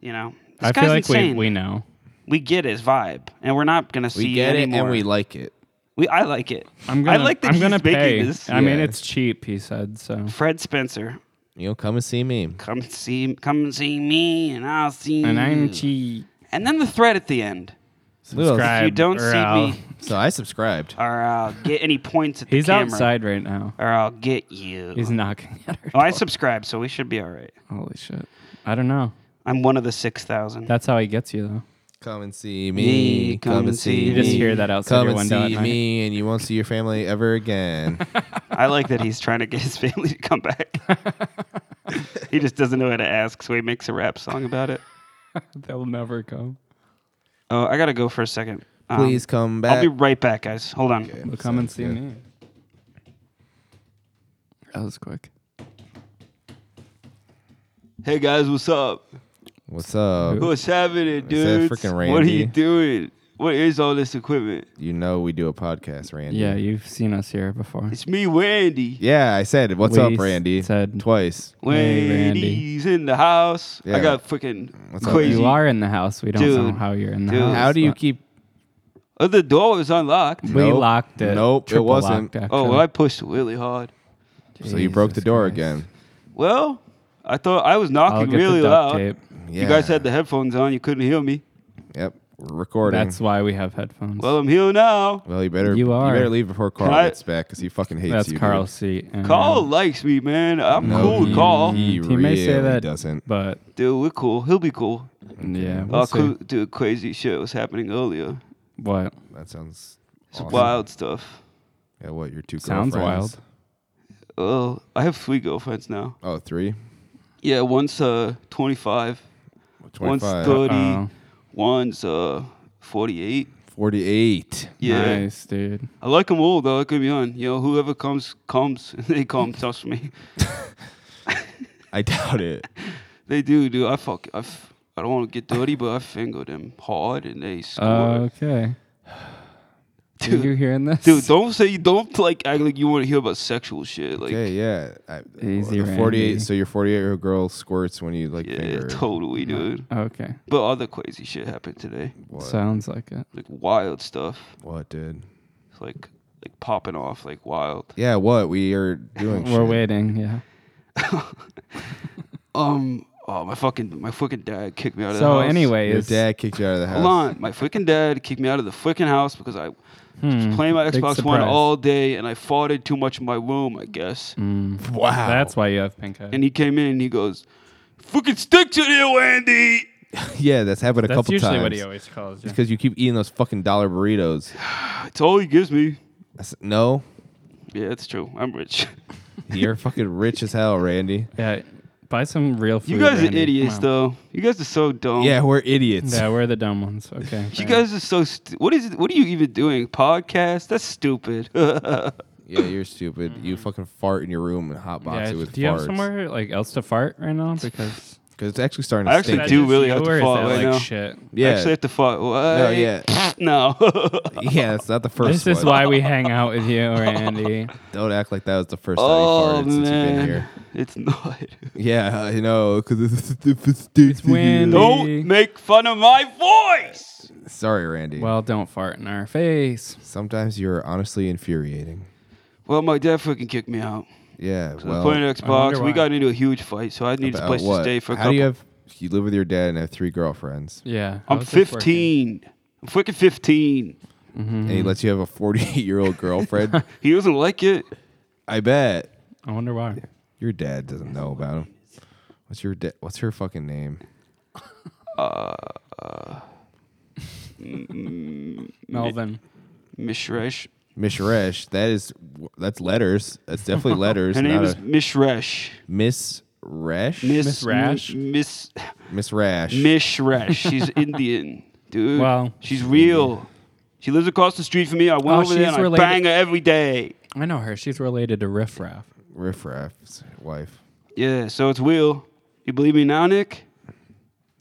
[SPEAKER 1] You know, this
[SPEAKER 2] I
[SPEAKER 1] guy's
[SPEAKER 2] feel like we,
[SPEAKER 1] insane.
[SPEAKER 2] we know.
[SPEAKER 1] We get his vibe, and we're not gonna see
[SPEAKER 3] We get it
[SPEAKER 1] anymore.
[SPEAKER 3] and we like it.
[SPEAKER 1] We- I like it.
[SPEAKER 2] I'm gonna.
[SPEAKER 1] I like that
[SPEAKER 2] I'm
[SPEAKER 1] he's
[SPEAKER 2] gonna
[SPEAKER 1] making
[SPEAKER 2] pay.
[SPEAKER 1] this.
[SPEAKER 2] I mean,
[SPEAKER 3] Yeah.
[SPEAKER 2] it's cheap. He said so.
[SPEAKER 1] Fred Spencer,
[SPEAKER 3] You know, come and see me.
[SPEAKER 1] come see, come and see me, and I'll see
[SPEAKER 2] And
[SPEAKER 1] you.
[SPEAKER 2] I'm cheap.
[SPEAKER 1] And then the thread at the end.
[SPEAKER 2] Subscribe.
[SPEAKER 1] If you don't
[SPEAKER 2] or
[SPEAKER 1] see
[SPEAKER 2] I'll-
[SPEAKER 1] me,
[SPEAKER 3] So I subscribed.
[SPEAKER 1] or I'll get any points at the
[SPEAKER 2] He's
[SPEAKER 1] camera,
[SPEAKER 2] outside right now.
[SPEAKER 1] or I'll get you.
[SPEAKER 2] He's knocking at her.
[SPEAKER 1] oh, I
[SPEAKER 2] door.
[SPEAKER 1] subscribe, so we should be all right.
[SPEAKER 2] Holy shit. I don't know.
[SPEAKER 1] I'm one of the six thousand.
[SPEAKER 2] That's how he gets you, though.
[SPEAKER 3] Come and see me. Come, and see
[SPEAKER 2] You just
[SPEAKER 3] me.
[SPEAKER 2] hear that outside
[SPEAKER 3] Come
[SPEAKER 2] your
[SPEAKER 3] and
[SPEAKER 2] window
[SPEAKER 3] see
[SPEAKER 2] at night.
[SPEAKER 3] me, and you won't see your family ever again.
[SPEAKER 1] I like that he's trying to get his family to come back. [laughs] he just doesn't know how to ask, so he makes a rap song about it.
[SPEAKER 2] They'll never come.
[SPEAKER 1] Oh, I gotta go for a second. Um,
[SPEAKER 3] Please come back.
[SPEAKER 1] I'll be right back, guys. Hold on.
[SPEAKER 2] They'll come and see me. That was quick.
[SPEAKER 1] Hey guys, what's up?
[SPEAKER 3] What's up?
[SPEAKER 1] What's happening,
[SPEAKER 3] that
[SPEAKER 1] dude?
[SPEAKER 3] frickin'
[SPEAKER 1] What are you
[SPEAKER 3] Randy?
[SPEAKER 1] doing? What is all this equipment?
[SPEAKER 3] You know we do a podcast, Randy.
[SPEAKER 2] Yeah, you've seen us here before.
[SPEAKER 1] It's me, Wendy.
[SPEAKER 3] Yeah, I said, "What's
[SPEAKER 2] We
[SPEAKER 3] up, Randy?"
[SPEAKER 2] said-
[SPEAKER 3] twice.
[SPEAKER 2] Hey, Randy.
[SPEAKER 1] Wendy's in the house.
[SPEAKER 3] Yeah.
[SPEAKER 1] I got freaking
[SPEAKER 3] What's up,
[SPEAKER 1] crazy.
[SPEAKER 2] You are in the house. We don't know
[SPEAKER 1] Dude.
[SPEAKER 2] how you're in the
[SPEAKER 1] Dude.
[SPEAKER 2] house.
[SPEAKER 3] How do you
[SPEAKER 2] but
[SPEAKER 3] keep?
[SPEAKER 1] Oh, the door was unlocked.
[SPEAKER 2] We
[SPEAKER 3] Nope.
[SPEAKER 2] locked it.
[SPEAKER 3] Nope, it
[SPEAKER 2] Triple
[SPEAKER 3] wasn't.
[SPEAKER 2] locked,
[SPEAKER 1] Oh,
[SPEAKER 2] actually.
[SPEAKER 1] well, I pushed really hard.
[SPEAKER 3] So you broke the
[SPEAKER 2] Jesus
[SPEAKER 3] door
[SPEAKER 2] Christ.
[SPEAKER 3] again.
[SPEAKER 1] Well, I thought I was
[SPEAKER 2] I'll
[SPEAKER 1] knocking
[SPEAKER 2] get
[SPEAKER 1] really
[SPEAKER 2] the duct
[SPEAKER 1] loud.
[SPEAKER 2] tape.
[SPEAKER 3] Yeah.
[SPEAKER 1] You guys had the headphones on. You couldn't hear me.
[SPEAKER 3] Yep. We're recording.
[SPEAKER 2] That's why we have headphones.
[SPEAKER 1] Well, I'm here now.
[SPEAKER 3] well, you better
[SPEAKER 2] You
[SPEAKER 3] you,
[SPEAKER 2] are.
[SPEAKER 3] better leave before Carl
[SPEAKER 1] Can I-
[SPEAKER 3] gets back because he fucking hates
[SPEAKER 2] That's
[SPEAKER 3] you. dude.
[SPEAKER 2] Carl's seat. and- uh,
[SPEAKER 1] Carl likes me, man. I'm
[SPEAKER 3] No,
[SPEAKER 1] cool with Carl.
[SPEAKER 3] He,
[SPEAKER 2] He may say
[SPEAKER 3] really
[SPEAKER 2] that,
[SPEAKER 3] doesn't.
[SPEAKER 2] But
[SPEAKER 1] Dude, we're cool. He'll be cool.
[SPEAKER 2] yeah, we'll
[SPEAKER 1] Oh,
[SPEAKER 2] see.
[SPEAKER 1] cool. Dude, crazy shit was happening earlier.
[SPEAKER 2] What?
[SPEAKER 3] That sounds
[SPEAKER 1] It's
[SPEAKER 3] awesome.
[SPEAKER 1] wild stuff.
[SPEAKER 3] Yeah, what? Your two
[SPEAKER 2] Sounds
[SPEAKER 3] girlfriends?
[SPEAKER 2] wild.
[SPEAKER 1] Oh, I have three girlfriends now.
[SPEAKER 3] Oh, three.
[SPEAKER 1] Yeah, one's uh 25, one's
[SPEAKER 3] 25.
[SPEAKER 1] 30,
[SPEAKER 2] Uh-oh.
[SPEAKER 1] one's uh 48.
[SPEAKER 3] 48.
[SPEAKER 1] Yeah,
[SPEAKER 2] Nice, dude.
[SPEAKER 1] I like them all though. I could be on. You know, whoever comes comes. [laughs] they come. Trust me,
[SPEAKER 3] I
[SPEAKER 1] [laughs]
[SPEAKER 3] doubt it.
[SPEAKER 1] they do, dude. I fuck. I, f- I don't want to get dirty, but I finger them hard and they score.
[SPEAKER 2] Uh, Okay. Are you
[SPEAKER 1] dude,
[SPEAKER 2] hearing this?
[SPEAKER 1] dude, don't say you don't like act like you want to hear about sexual shit. Like,
[SPEAKER 3] Okay, yeah. I,
[SPEAKER 2] Easy,
[SPEAKER 3] the 48.
[SPEAKER 2] Randy.
[SPEAKER 3] So your 48 year old girl squirts when you like
[SPEAKER 1] yeah,
[SPEAKER 3] finger.
[SPEAKER 1] totally, dude.
[SPEAKER 2] Okay.
[SPEAKER 1] But other crazy shit happened today.
[SPEAKER 3] What?
[SPEAKER 2] Sounds like it.
[SPEAKER 1] Like wild stuff.
[SPEAKER 3] what, dude?
[SPEAKER 1] It's like like popping off like wild.
[SPEAKER 3] Yeah, what? We are doing
[SPEAKER 2] We're
[SPEAKER 3] Oh, shit.
[SPEAKER 2] waiting. Yeah.
[SPEAKER 1] Um. Oh my fucking my fucking dad kicked me out of the
[SPEAKER 2] So
[SPEAKER 1] house.
[SPEAKER 2] anyway,
[SPEAKER 3] Your
[SPEAKER 2] it's
[SPEAKER 3] dad kicked you out of the house.
[SPEAKER 1] Hold on, my freaking dad kicked me out of the freaking house because I was playing my
[SPEAKER 2] Hmm, big
[SPEAKER 1] Xbox One
[SPEAKER 2] surprise.
[SPEAKER 1] all day and I farted too much in my room, I guess.
[SPEAKER 2] Hmm.
[SPEAKER 3] Wow.
[SPEAKER 2] that's why you have pink eye.
[SPEAKER 1] And he came in and he goes, "Fucking stick to it, Wendy."
[SPEAKER 3] [laughs] yeah, that's happened a
[SPEAKER 2] That's
[SPEAKER 3] couple
[SPEAKER 2] usually
[SPEAKER 3] times.
[SPEAKER 2] what he always calls you.
[SPEAKER 3] because you keep eating those fucking dollar burritos.
[SPEAKER 1] That's all he gives me.
[SPEAKER 3] I said,
[SPEAKER 2] [laughs]
[SPEAKER 3] no,
[SPEAKER 1] Yeah, that's true. I'm rich. [laughs]
[SPEAKER 3] you're fucking rich as hell, Randy.
[SPEAKER 2] Yeah. Buy some real food.
[SPEAKER 1] You guys are
[SPEAKER 2] Randy.
[SPEAKER 1] idiots,
[SPEAKER 2] Come on.
[SPEAKER 1] though. You guys are so dumb.
[SPEAKER 3] Yeah, we're idiots.
[SPEAKER 2] Yeah, we're the dumb ones. Okay.
[SPEAKER 1] You
[SPEAKER 2] fair.
[SPEAKER 1] guys are so. Stu- what is? What are you even doing? Podcast? That's stupid. [laughs]
[SPEAKER 3] Yeah, you're stupid. You fucking fart in your room and hotbox
[SPEAKER 2] Yeah,
[SPEAKER 3] it with
[SPEAKER 2] do you have
[SPEAKER 3] farts.
[SPEAKER 2] somewhere like else to fart right now? Because
[SPEAKER 3] Because it's actually starting to
[SPEAKER 1] I actually
[SPEAKER 2] Is that
[SPEAKER 3] stink.
[SPEAKER 1] do
[SPEAKER 2] just
[SPEAKER 1] really
[SPEAKER 2] you,
[SPEAKER 1] have to
[SPEAKER 2] or is
[SPEAKER 1] fart
[SPEAKER 2] that,
[SPEAKER 1] right
[SPEAKER 2] like,
[SPEAKER 1] now.
[SPEAKER 2] Shit.
[SPEAKER 3] Yeah.
[SPEAKER 1] Actually, I have to fart.
[SPEAKER 3] no,
[SPEAKER 1] What?
[SPEAKER 3] yeah.
[SPEAKER 1] [laughs] No.
[SPEAKER 3] [laughs] yeah, it's not the first
[SPEAKER 2] This is
[SPEAKER 3] one.
[SPEAKER 2] why we hang out with you, Randy.
[SPEAKER 3] Don't act like that was the first
[SPEAKER 1] [laughs] oh
[SPEAKER 3] time you farted since you've been
[SPEAKER 1] man,
[SPEAKER 3] here.
[SPEAKER 1] it's
[SPEAKER 3] [laughs]
[SPEAKER 1] not.
[SPEAKER 3] Yeah, I know, because it's, [laughs] it's, it's
[SPEAKER 2] windy.
[SPEAKER 1] Don't make fun of my voice.
[SPEAKER 3] Sorry, Randy.
[SPEAKER 2] well, don't fart in our face.
[SPEAKER 3] Sometimes you're honestly infuriating.
[SPEAKER 1] Well, my dad fucking kicked me out.
[SPEAKER 3] Yeah,
[SPEAKER 1] I was
[SPEAKER 3] well,
[SPEAKER 1] playing
[SPEAKER 2] wonder
[SPEAKER 1] Xbox.
[SPEAKER 2] why.
[SPEAKER 1] We got into a huge fight, so I needed a
[SPEAKER 3] about
[SPEAKER 1] place
[SPEAKER 3] what?
[SPEAKER 1] to stay for a
[SPEAKER 3] How
[SPEAKER 1] couple.
[SPEAKER 3] do you have... You live with your dad and have three girlfriends,
[SPEAKER 2] Yeah.
[SPEAKER 1] I'm
[SPEAKER 2] how's this working?
[SPEAKER 1] 15. I'm freaking 15.
[SPEAKER 3] and
[SPEAKER 2] Mm-hmm.
[SPEAKER 3] he lets you have a
[SPEAKER 2] [laughs]
[SPEAKER 3] 48-year-old girlfriend.
[SPEAKER 1] He doesn't like it.
[SPEAKER 3] I bet.
[SPEAKER 2] I wonder why.
[SPEAKER 3] Your dad doesn't know about him. What's your da- What's her fucking name?
[SPEAKER 2] Melvin.
[SPEAKER 1] Mishresh.
[SPEAKER 3] Mishresh. That is. That's letters.
[SPEAKER 1] [laughs]
[SPEAKER 3] That's definitely letters.
[SPEAKER 1] Her name
[SPEAKER 3] not
[SPEAKER 1] is
[SPEAKER 3] a-
[SPEAKER 1] Mishresh.
[SPEAKER 3] Miss Resh.
[SPEAKER 1] Miss
[SPEAKER 2] Miss Rash?
[SPEAKER 1] Miss
[SPEAKER 3] Miss Rash.
[SPEAKER 1] Mishresh. She's
[SPEAKER 2] [laughs]
[SPEAKER 1] Indian, dude.
[SPEAKER 2] Wow.
[SPEAKER 1] She's real. She lives across the street from me. I went
[SPEAKER 2] Oh,
[SPEAKER 1] over there
[SPEAKER 2] she's
[SPEAKER 1] and I
[SPEAKER 2] related-
[SPEAKER 1] bang her every day.
[SPEAKER 2] I know her. She's related to Riff Raff.
[SPEAKER 3] Riff Raff's wife.
[SPEAKER 1] Yeah, so it's real. You believe me now, Nick?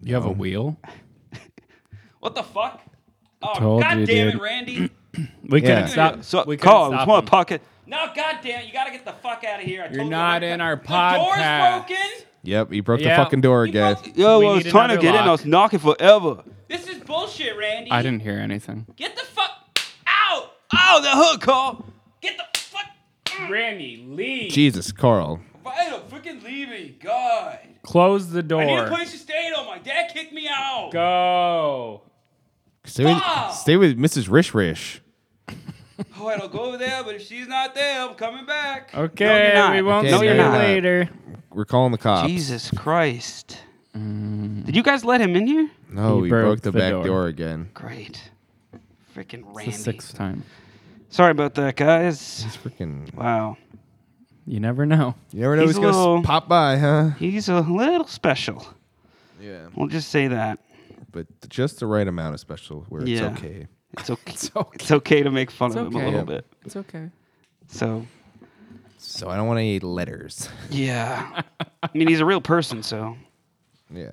[SPEAKER 2] You have a wheel?
[SPEAKER 1] What the fuck? Oh,
[SPEAKER 2] Told
[SPEAKER 1] god
[SPEAKER 2] you,
[SPEAKER 1] damn it,
[SPEAKER 2] dude.
[SPEAKER 1] Randy.
[SPEAKER 2] We
[SPEAKER 3] Yeah.
[SPEAKER 2] couldn't stop.
[SPEAKER 1] So,
[SPEAKER 2] we couldn't
[SPEAKER 1] Carl,
[SPEAKER 2] stop
[SPEAKER 1] it's my
[SPEAKER 2] him.
[SPEAKER 1] pocket. No, goddamn, you gotta get the fuck out of here. I
[SPEAKER 2] You're not in our
[SPEAKER 1] The
[SPEAKER 2] podcast.
[SPEAKER 1] door's broken.
[SPEAKER 3] Yep, he broke
[SPEAKER 2] Yeah.
[SPEAKER 3] the fucking door again.
[SPEAKER 1] Yo,
[SPEAKER 2] We
[SPEAKER 1] I was
[SPEAKER 2] need
[SPEAKER 1] trying to
[SPEAKER 2] another
[SPEAKER 1] get in. I
[SPEAKER 2] lock.
[SPEAKER 1] was knocking forever.
[SPEAKER 8] This is bullshit, Randy.
[SPEAKER 2] I didn't hear anything.
[SPEAKER 8] Get the fuck out!
[SPEAKER 1] Oh, the hook, Carl.
[SPEAKER 8] Get the fuck!
[SPEAKER 7] Randy, leave.
[SPEAKER 3] Jesus, Carl.
[SPEAKER 8] Why the freaking leave me? God.
[SPEAKER 2] Close the
[SPEAKER 8] I need a
[SPEAKER 2] door.
[SPEAKER 8] place to stay though. My dad kicked me out.
[SPEAKER 2] Go.
[SPEAKER 3] Stay with, stay with Mrs. Rish Rish.
[SPEAKER 8] Oh, I don't go there, but if she's not there, I'm coming back.
[SPEAKER 2] Okay,
[SPEAKER 1] not.
[SPEAKER 2] we won't
[SPEAKER 3] Okay,
[SPEAKER 2] see
[SPEAKER 3] no,
[SPEAKER 2] you
[SPEAKER 3] you're not.
[SPEAKER 2] later.
[SPEAKER 3] We're calling the cops.
[SPEAKER 1] Jesus Christ.
[SPEAKER 2] Mm.
[SPEAKER 1] Did you guys let him in here?
[SPEAKER 3] No,
[SPEAKER 2] He
[SPEAKER 3] we
[SPEAKER 2] broke
[SPEAKER 3] broke, the,
[SPEAKER 2] the
[SPEAKER 3] back
[SPEAKER 2] door.
[SPEAKER 3] door, again.
[SPEAKER 1] Great. Freaking Randy.
[SPEAKER 2] It's the sixth time.
[SPEAKER 1] Sorry about that, guys.
[SPEAKER 3] It's freaking.
[SPEAKER 1] Wow.
[SPEAKER 2] You never know.
[SPEAKER 3] You never know
[SPEAKER 1] He's
[SPEAKER 3] he's,
[SPEAKER 1] a
[SPEAKER 3] gonna s-
[SPEAKER 1] little-
[SPEAKER 3] pop by, huh?
[SPEAKER 1] He's a little special.
[SPEAKER 3] Yeah.
[SPEAKER 1] We'll just say that.
[SPEAKER 3] But just the right amount of special where
[SPEAKER 1] Yeah.
[SPEAKER 3] it's okay. [laughs]
[SPEAKER 1] It's
[SPEAKER 2] [laughs]
[SPEAKER 1] okay. it's, okay.
[SPEAKER 2] okay.
[SPEAKER 1] to make fun of him a
[SPEAKER 2] okay.
[SPEAKER 1] little
[SPEAKER 2] Yeah.
[SPEAKER 1] bit.
[SPEAKER 2] It's okay. [laughs]
[SPEAKER 1] So,
[SPEAKER 3] So I don't want any letters.
[SPEAKER 1] yeah. I mean, he's a real person, so.
[SPEAKER 3] yeah.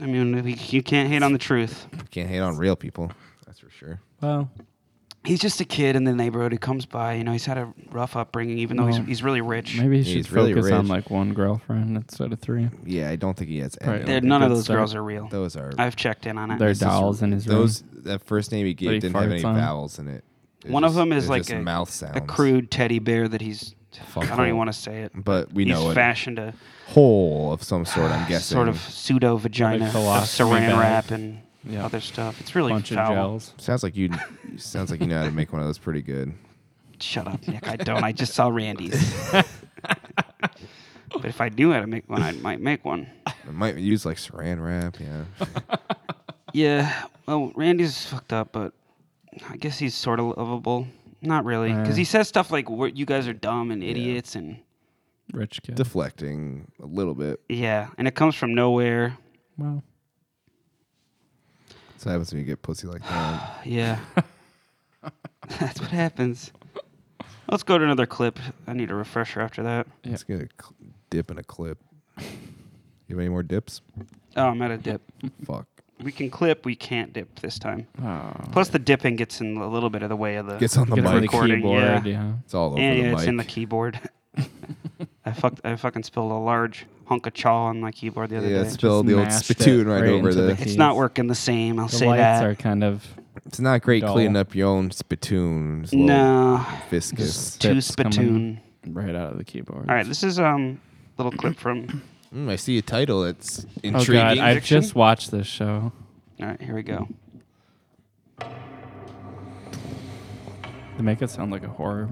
[SPEAKER 1] I mean, we- you can't hate on the truth.
[SPEAKER 3] Can't hate on real people. That's for sure.
[SPEAKER 2] Well,
[SPEAKER 1] He's just a kid in the neighborhood who comes by. You know, he's had a rough upbringing, even though he's,
[SPEAKER 2] Well,
[SPEAKER 1] he's really rich.
[SPEAKER 2] maybe you
[SPEAKER 3] Yeah,
[SPEAKER 2] should
[SPEAKER 3] he's really
[SPEAKER 2] focus on
[SPEAKER 3] rich.
[SPEAKER 2] like one girlfriend instead of three.
[SPEAKER 3] Yeah, I don't think he has
[SPEAKER 2] Right.
[SPEAKER 3] any.
[SPEAKER 1] They're-
[SPEAKER 2] That'd
[SPEAKER 3] of
[SPEAKER 2] be
[SPEAKER 1] none of
[SPEAKER 2] good
[SPEAKER 1] those
[SPEAKER 2] stuff.
[SPEAKER 1] girls are real.
[SPEAKER 3] Those are
[SPEAKER 1] I've checked in on it.
[SPEAKER 2] They're
[SPEAKER 3] is
[SPEAKER 2] dolls in his
[SPEAKER 3] those. That first name he
[SPEAKER 2] he
[SPEAKER 3] gave didn't have
[SPEAKER 2] farts
[SPEAKER 3] any
[SPEAKER 2] on.
[SPEAKER 3] vowels in it. It
[SPEAKER 1] One of
[SPEAKER 3] just-
[SPEAKER 1] them is
[SPEAKER 3] it's
[SPEAKER 1] like
[SPEAKER 3] just
[SPEAKER 1] a,
[SPEAKER 3] mouth
[SPEAKER 1] a
[SPEAKER 3] sounds.
[SPEAKER 1] crude teddy bear that he's. I don't even want to say it.
[SPEAKER 3] But we
[SPEAKER 1] he's
[SPEAKER 3] know it.
[SPEAKER 1] fashioned a
[SPEAKER 3] Hole of some sort.
[SPEAKER 1] [sighs]
[SPEAKER 3] I'm guessing.
[SPEAKER 1] sort of pseudo vagina,
[SPEAKER 2] Like
[SPEAKER 1] of
[SPEAKER 2] philosophy
[SPEAKER 1] saran
[SPEAKER 2] bag.
[SPEAKER 1] wrap, and
[SPEAKER 2] Yeah.
[SPEAKER 1] other stuff. It's really
[SPEAKER 2] bunch
[SPEAKER 1] foul.
[SPEAKER 2] of gels.
[SPEAKER 3] Sounds like you. sounds like you know how to make one of those pretty good.
[SPEAKER 1] Shut up, Nick. I don't. I just
[SPEAKER 2] [laughs]
[SPEAKER 1] saw Randy's. but if I knew how to make one, I might make one.
[SPEAKER 3] I might use like saran wrap.
[SPEAKER 2] [laughs]
[SPEAKER 3] Yeah.
[SPEAKER 1] Yeah. Well, Randy's fucked up, but I guess he's sort of lovable. Not really, because he says stuff like "We're- "You guys are dumb and idiots," and
[SPEAKER 2] Rich kid.
[SPEAKER 3] Deflecting a little bit.
[SPEAKER 1] yeah, and it comes from nowhere.
[SPEAKER 2] well,
[SPEAKER 3] So happens when you get pussy
[SPEAKER 2] [sighs]
[SPEAKER 3] like that. [laughs]
[SPEAKER 1] Yeah. That's what happens. Let's go to another clip. I need a refresher after that.
[SPEAKER 3] Let's get a cl- dip and a clip. You have any more dips?
[SPEAKER 1] Oh, I'm at a dip.
[SPEAKER 3] Fuck.
[SPEAKER 1] We can clip, we can't dip this time.
[SPEAKER 2] oh,
[SPEAKER 1] Plus, the dipping gets in a little bit of the way of the.
[SPEAKER 3] Gets on the
[SPEAKER 2] Gets on the
[SPEAKER 3] mic.
[SPEAKER 1] recording,
[SPEAKER 2] keyboard.
[SPEAKER 1] yeah.
[SPEAKER 2] Yeah.
[SPEAKER 3] It's all over
[SPEAKER 1] yeah,
[SPEAKER 3] the
[SPEAKER 1] yeah,
[SPEAKER 3] mic.
[SPEAKER 1] it's in the
[SPEAKER 3] [laughs]
[SPEAKER 1] keyboard. I fucked. I fucking spilled a large hunk of chaw on my keyboard the other
[SPEAKER 3] yeah,
[SPEAKER 1] day.
[SPEAKER 3] spill the old
[SPEAKER 2] mashed it
[SPEAKER 3] spittoon right,
[SPEAKER 2] right
[SPEAKER 3] over
[SPEAKER 2] into
[SPEAKER 3] the.
[SPEAKER 2] the-
[SPEAKER 1] it's not working the same. I'll
[SPEAKER 2] The
[SPEAKER 1] say
[SPEAKER 2] lights
[SPEAKER 1] that.
[SPEAKER 2] are kind of
[SPEAKER 3] It's not great
[SPEAKER 2] Dull.
[SPEAKER 3] cleaning up your own spittoon. It's a little
[SPEAKER 1] no,
[SPEAKER 3] Viscous.
[SPEAKER 1] too
[SPEAKER 2] Tips coming.
[SPEAKER 1] spittoon.
[SPEAKER 2] right out of the keyboard.
[SPEAKER 1] All right, this is um little clip from.
[SPEAKER 3] Mm, I see a title that's
[SPEAKER 2] Oh
[SPEAKER 3] intriguing.
[SPEAKER 2] god, I've
[SPEAKER 1] Fiction?
[SPEAKER 2] just watched this show.
[SPEAKER 1] All right, here we go.
[SPEAKER 2] They make it sound like a horror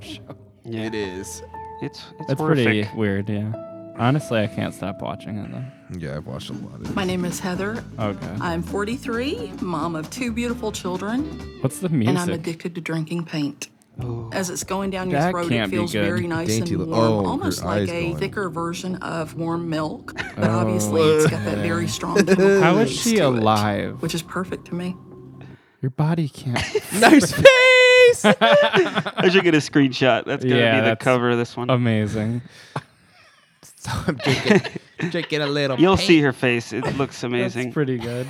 [SPEAKER 2] show.
[SPEAKER 1] Yeah,
[SPEAKER 3] It is.
[SPEAKER 1] It's it's
[SPEAKER 2] That's
[SPEAKER 1] horrific.
[SPEAKER 2] pretty weird. Yeah. Honestly, I can't stop watching it though.
[SPEAKER 3] Yeah, I've watched a lot [laughs] of it.
[SPEAKER 9] My name is Heather.
[SPEAKER 2] Oh god.
[SPEAKER 9] I'm 43, mom of two beautiful children,
[SPEAKER 2] What's the
[SPEAKER 9] and I'm
[SPEAKER 2] music? Oh.
[SPEAKER 9] addicted to drinking paint. As it's going down your
[SPEAKER 2] That
[SPEAKER 9] throat,
[SPEAKER 2] can't
[SPEAKER 9] it
[SPEAKER 2] be
[SPEAKER 9] feels
[SPEAKER 2] good.
[SPEAKER 9] very nice
[SPEAKER 3] Dainty
[SPEAKER 9] and
[SPEAKER 3] little-
[SPEAKER 9] warm,
[SPEAKER 3] oh, her
[SPEAKER 9] almost like
[SPEAKER 3] eyes
[SPEAKER 9] a
[SPEAKER 3] going.
[SPEAKER 9] thicker version of warm milk. But obviously, it's got that
[SPEAKER 2] [laughs]
[SPEAKER 9] very strong. chemical
[SPEAKER 2] Oh. How is
[SPEAKER 9] taste
[SPEAKER 2] she
[SPEAKER 9] to it,
[SPEAKER 2] alive?
[SPEAKER 9] which is perfect to me.
[SPEAKER 2] Your body can't.
[SPEAKER 3] nice face!
[SPEAKER 1] [laughs] I should get a screenshot. That's gonna
[SPEAKER 2] Yeah,
[SPEAKER 1] be the
[SPEAKER 2] that's-
[SPEAKER 1] cover of this one.
[SPEAKER 2] Amazing.
[SPEAKER 3] [laughs] so I'm drinking, drinking a little.
[SPEAKER 1] You'll
[SPEAKER 3] paint.
[SPEAKER 1] see her face. It looks
[SPEAKER 2] That's
[SPEAKER 1] amazing.
[SPEAKER 2] pretty good.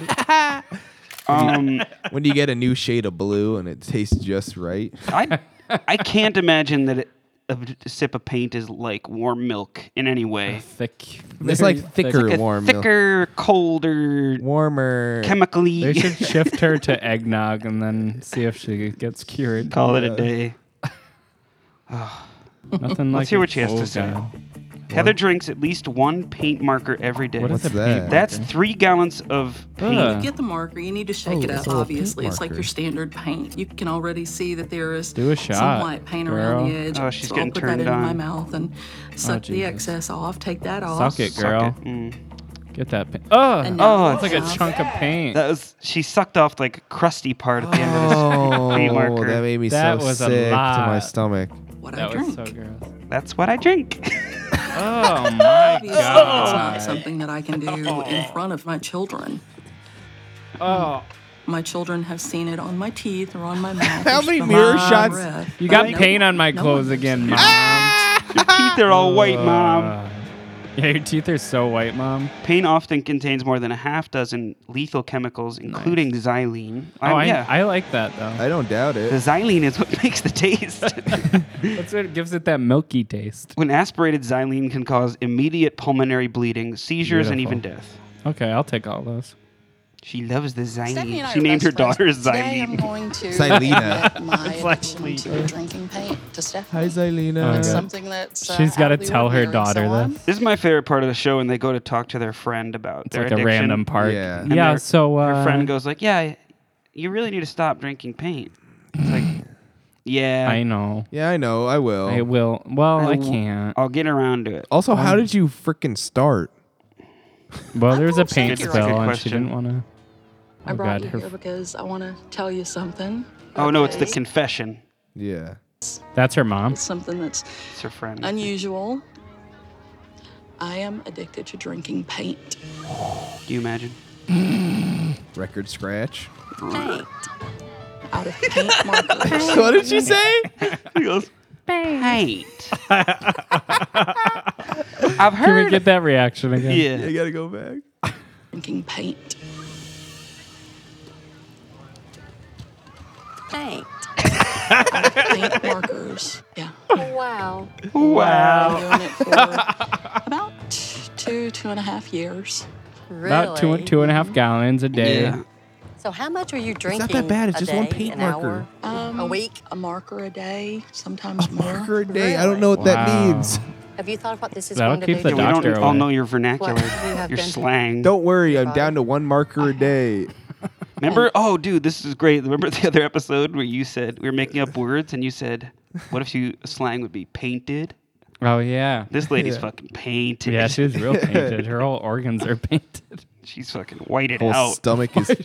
[SPEAKER 1] um,
[SPEAKER 3] When you get a new shade of blue and it tastes just right,
[SPEAKER 1] I
[SPEAKER 2] [laughs]
[SPEAKER 1] I can't imagine that it, a sip of paint is like warm milk in any way.
[SPEAKER 2] Thick.
[SPEAKER 3] it's
[SPEAKER 2] very
[SPEAKER 3] like thicker,
[SPEAKER 1] A
[SPEAKER 3] warm, milk.
[SPEAKER 1] thicker, colder,
[SPEAKER 3] warmer.
[SPEAKER 1] chemically.
[SPEAKER 2] They should shift her to eggnog and then see if she gets
[SPEAKER 1] [laughs] [laughs]
[SPEAKER 2] cured.
[SPEAKER 1] call it a
[SPEAKER 2] [laughs]
[SPEAKER 1] day.
[SPEAKER 2] Nothing like
[SPEAKER 1] Let's hear
[SPEAKER 2] it.
[SPEAKER 1] what she has
[SPEAKER 2] Oh,
[SPEAKER 1] to say.
[SPEAKER 2] God.
[SPEAKER 1] Heather drinks at least one paint marker every day.
[SPEAKER 2] What is
[SPEAKER 3] What's
[SPEAKER 2] a
[SPEAKER 3] that?
[SPEAKER 2] paint
[SPEAKER 1] That's
[SPEAKER 2] marker?
[SPEAKER 1] three gallons of paint.
[SPEAKER 2] Ugh.
[SPEAKER 9] Get the marker. You need to shake
[SPEAKER 3] Oh,
[SPEAKER 9] it
[SPEAKER 3] it's
[SPEAKER 9] up.
[SPEAKER 3] a little
[SPEAKER 9] Obviously,
[SPEAKER 3] pink
[SPEAKER 9] it's like your
[SPEAKER 3] marker.
[SPEAKER 9] standard paint. You can already see that there is
[SPEAKER 2] Do a shot,
[SPEAKER 9] some white paint around the
[SPEAKER 2] girl. Oh,
[SPEAKER 9] edge.
[SPEAKER 1] Oh, she's
[SPEAKER 9] so
[SPEAKER 1] getting
[SPEAKER 9] I'll put
[SPEAKER 1] turned
[SPEAKER 9] that into my
[SPEAKER 1] on.
[SPEAKER 9] mouth and suck the
[SPEAKER 2] Jesus.
[SPEAKER 9] excess off. Take that off.
[SPEAKER 2] Suck it,
[SPEAKER 1] Suck
[SPEAKER 2] girl.
[SPEAKER 1] it. Mm.
[SPEAKER 2] Get that paint. Oh,
[SPEAKER 9] Oh,
[SPEAKER 2] it's like a chunk of paint.
[SPEAKER 1] That was she sucked off like a crusty part at the end of this [laughs] paint
[SPEAKER 3] Oh,
[SPEAKER 1] marker.
[SPEAKER 3] that made me
[SPEAKER 2] That
[SPEAKER 3] so
[SPEAKER 2] was a
[SPEAKER 3] sick to my
[SPEAKER 2] lot.
[SPEAKER 3] stomach.
[SPEAKER 9] What I
[SPEAKER 2] That was
[SPEAKER 9] drink.
[SPEAKER 2] so gross.
[SPEAKER 1] That's what I drink. [laughs]
[SPEAKER 2] Oh my
[SPEAKER 9] Obviously, it's not
[SPEAKER 2] god.
[SPEAKER 9] something that I can do in front of my children.
[SPEAKER 2] Oh,
[SPEAKER 9] My children have seen it on my teeth or on my mouth.
[SPEAKER 3] [laughs] How
[SPEAKER 9] or
[SPEAKER 3] many
[SPEAKER 9] smelled
[SPEAKER 3] mirror
[SPEAKER 9] my
[SPEAKER 3] shots?
[SPEAKER 9] breath.
[SPEAKER 2] you got
[SPEAKER 9] But no
[SPEAKER 2] paint
[SPEAKER 9] one-
[SPEAKER 2] on my
[SPEAKER 9] no
[SPEAKER 2] clothes
[SPEAKER 9] one-
[SPEAKER 2] again, mom.
[SPEAKER 1] Teeth are all
[SPEAKER 2] Uh.
[SPEAKER 1] white, mom.
[SPEAKER 2] Yeah, your teeth are so white, mom.
[SPEAKER 1] Paint often contains more than a half dozen lethal chemicals, including xylene.
[SPEAKER 2] Oh,
[SPEAKER 1] Um,
[SPEAKER 2] I,
[SPEAKER 1] yeah.
[SPEAKER 2] I like that
[SPEAKER 1] [laughs]
[SPEAKER 2] though.
[SPEAKER 3] I don't doubt
[SPEAKER 1] the
[SPEAKER 3] it.
[SPEAKER 1] xylene is what [laughs] makes the
[SPEAKER 2] [laughs]
[SPEAKER 1] taste.
[SPEAKER 2] That's what gives it that milky taste.
[SPEAKER 1] when aspirated, xylene can cause immediate pulmonary bleeding, seizures, and even
[SPEAKER 2] Beautiful.
[SPEAKER 1] death.
[SPEAKER 2] Okay, I'll take all those.
[SPEAKER 1] She loves the xylene.
[SPEAKER 10] I
[SPEAKER 1] She
[SPEAKER 10] are
[SPEAKER 1] named her
[SPEAKER 10] best friends.
[SPEAKER 1] daughter
[SPEAKER 10] Today I'm
[SPEAKER 1] Xylene.
[SPEAKER 10] going to
[SPEAKER 3] Xylena.
[SPEAKER 2] [laughs]
[SPEAKER 10] admit my addiction to drinking paint to Stephanie.
[SPEAKER 3] Xylena.
[SPEAKER 2] It's
[SPEAKER 10] Something that's uh,
[SPEAKER 2] She's
[SPEAKER 10] got to
[SPEAKER 2] tell her daughter this.
[SPEAKER 1] This is my favorite part of the show when they go to talk to their friend about
[SPEAKER 2] It's
[SPEAKER 1] their
[SPEAKER 2] like
[SPEAKER 1] addiction.
[SPEAKER 2] a random park.
[SPEAKER 3] Yeah.
[SPEAKER 2] Yeah.
[SPEAKER 3] And
[SPEAKER 1] their-
[SPEAKER 2] so uh,
[SPEAKER 1] Her friend goes like, "Yeah, I, you really need to stop drinking paint. It's like,
[SPEAKER 2] [sighs]
[SPEAKER 1] yeah,
[SPEAKER 2] I know.
[SPEAKER 3] Yeah, I know. I will.
[SPEAKER 1] Oh.
[SPEAKER 2] I will. Well,
[SPEAKER 1] I
[SPEAKER 2] I,
[SPEAKER 1] will.
[SPEAKER 2] can't.
[SPEAKER 1] I'll get around to it.
[SPEAKER 3] also, how did you freaking start?
[SPEAKER 2] Well, there was a
[SPEAKER 11] don't think
[SPEAKER 2] paint
[SPEAKER 11] you're-
[SPEAKER 2] spell, and she
[SPEAKER 1] Question.
[SPEAKER 2] didn't want to.
[SPEAKER 9] I
[SPEAKER 2] Oh,
[SPEAKER 9] brought
[SPEAKER 2] God,
[SPEAKER 9] you
[SPEAKER 2] her-
[SPEAKER 9] here because I want to tell you something.
[SPEAKER 1] Oh no, it's the
[SPEAKER 9] okay?
[SPEAKER 1] confession.
[SPEAKER 3] Yeah.
[SPEAKER 2] That's her mom.
[SPEAKER 9] It's something that's
[SPEAKER 1] It's her friend.
[SPEAKER 9] unusual. I am addicted to drinking paint.
[SPEAKER 1] Do you
[SPEAKER 2] [laughs]
[SPEAKER 1] imagine?
[SPEAKER 3] Record scratch.
[SPEAKER 9] Paint. Out of paint [laughs] markers.
[SPEAKER 3] [laughs] what did she say?
[SPEAKER 1] He goes,
[SPEAKER 2] [laughs]
[SPEAKER 1] paint. I've
[SPEAKER 2] Can we
[SPEAKER 1] heard.
[SPEAKER 2] get that reaction again?
[SPEAKER 1] yeah.
[SPEAKER 3] gotta go back.
[SPEAKER 9] drinking paint.
[SPEAKER 12] Paint.
[SPEAKER 2] [laughs]
[SPEAKER 9] Paint markers. Yeah.
[SPEAKER 12] Oh, Wow.
[SPEAKER 1] Wow.
[SPEAKER 9] Been doing it for
[SPEAKER 2] [laughs]
[SPEAKER 9] about two, two and a half years.
[SPEAKER 12] Really?
[SPEAKER 2] About two two and a half gallons a day.
[SPEAKER 1] Yeah.
[SPEAKER 12] So how much are you
[SPEAKER 3] not
[SPEAKER 12] drinking?
[SPEAKER 3] that bad, it's
[SPEAKER 12] a
[SPEAKER 3] just one
[SPEAKER 12] day,
[SPEAKER 3] paint
[SPEAKER 12] an
[SPEAKER 3] marker.
[SPEAKER 12] hour,
[SPEAKER 9] Um,
[SPEAKER 12] a week.
[SPEAKER 9] a marker a day, sometimes more.
[SPEAKER 3] Marker a day. I don't know what
[SPEAKER 2] Wow.
[SPEAKER 3] that means.
[SPEAKER 12] Have you thought of what this is
[SPEAKER 2] That'll
[SPEAKER 12] going to
[SPEAKER 2] keep
[SPEAKER 12] do?
[SPEAKER 2] the
[SPEAKER 12] to
[SPEAKER 1] We
[SPEAKER 12] you?
[SPEAKER 2] doctor
[SPEAKER 1] don't all
[SPEAKER 2] away.
[SPEAKER 1] know your vernacular,
[SPEAKER 12] What you have
[SPEAKER 1] your
[SPEAKER 12] been-
[SPEAKER 1] slang.
[SPEAKER 3] Don't worry, I'm down to one marker
[SPEAKER 2] [laughs]
[SPEAKER 3] a day.
[SPEAKER 1] Remember? Oh, dude, this is great. Remember the other episode where you said we were making up words and you said, "What if you slang would be painted?"
[SPEAKER 2] Oh yeah.
[SPEAKER 1] This lady's fucking painted.
[SPEAKER 2] yeah, she was real
[SPEAKER 1] [laughs]
[SPEAKER 2] painted. Her whole organs are [laughs] painted.
[SPEAKER 1] she's fucking whited
[SPEAKER 3] Whole
[SPEAKER 1] out.
[SPEAKER 3] stomach
[SPEAKER 2] [laughs]
[SPEAKER 3] is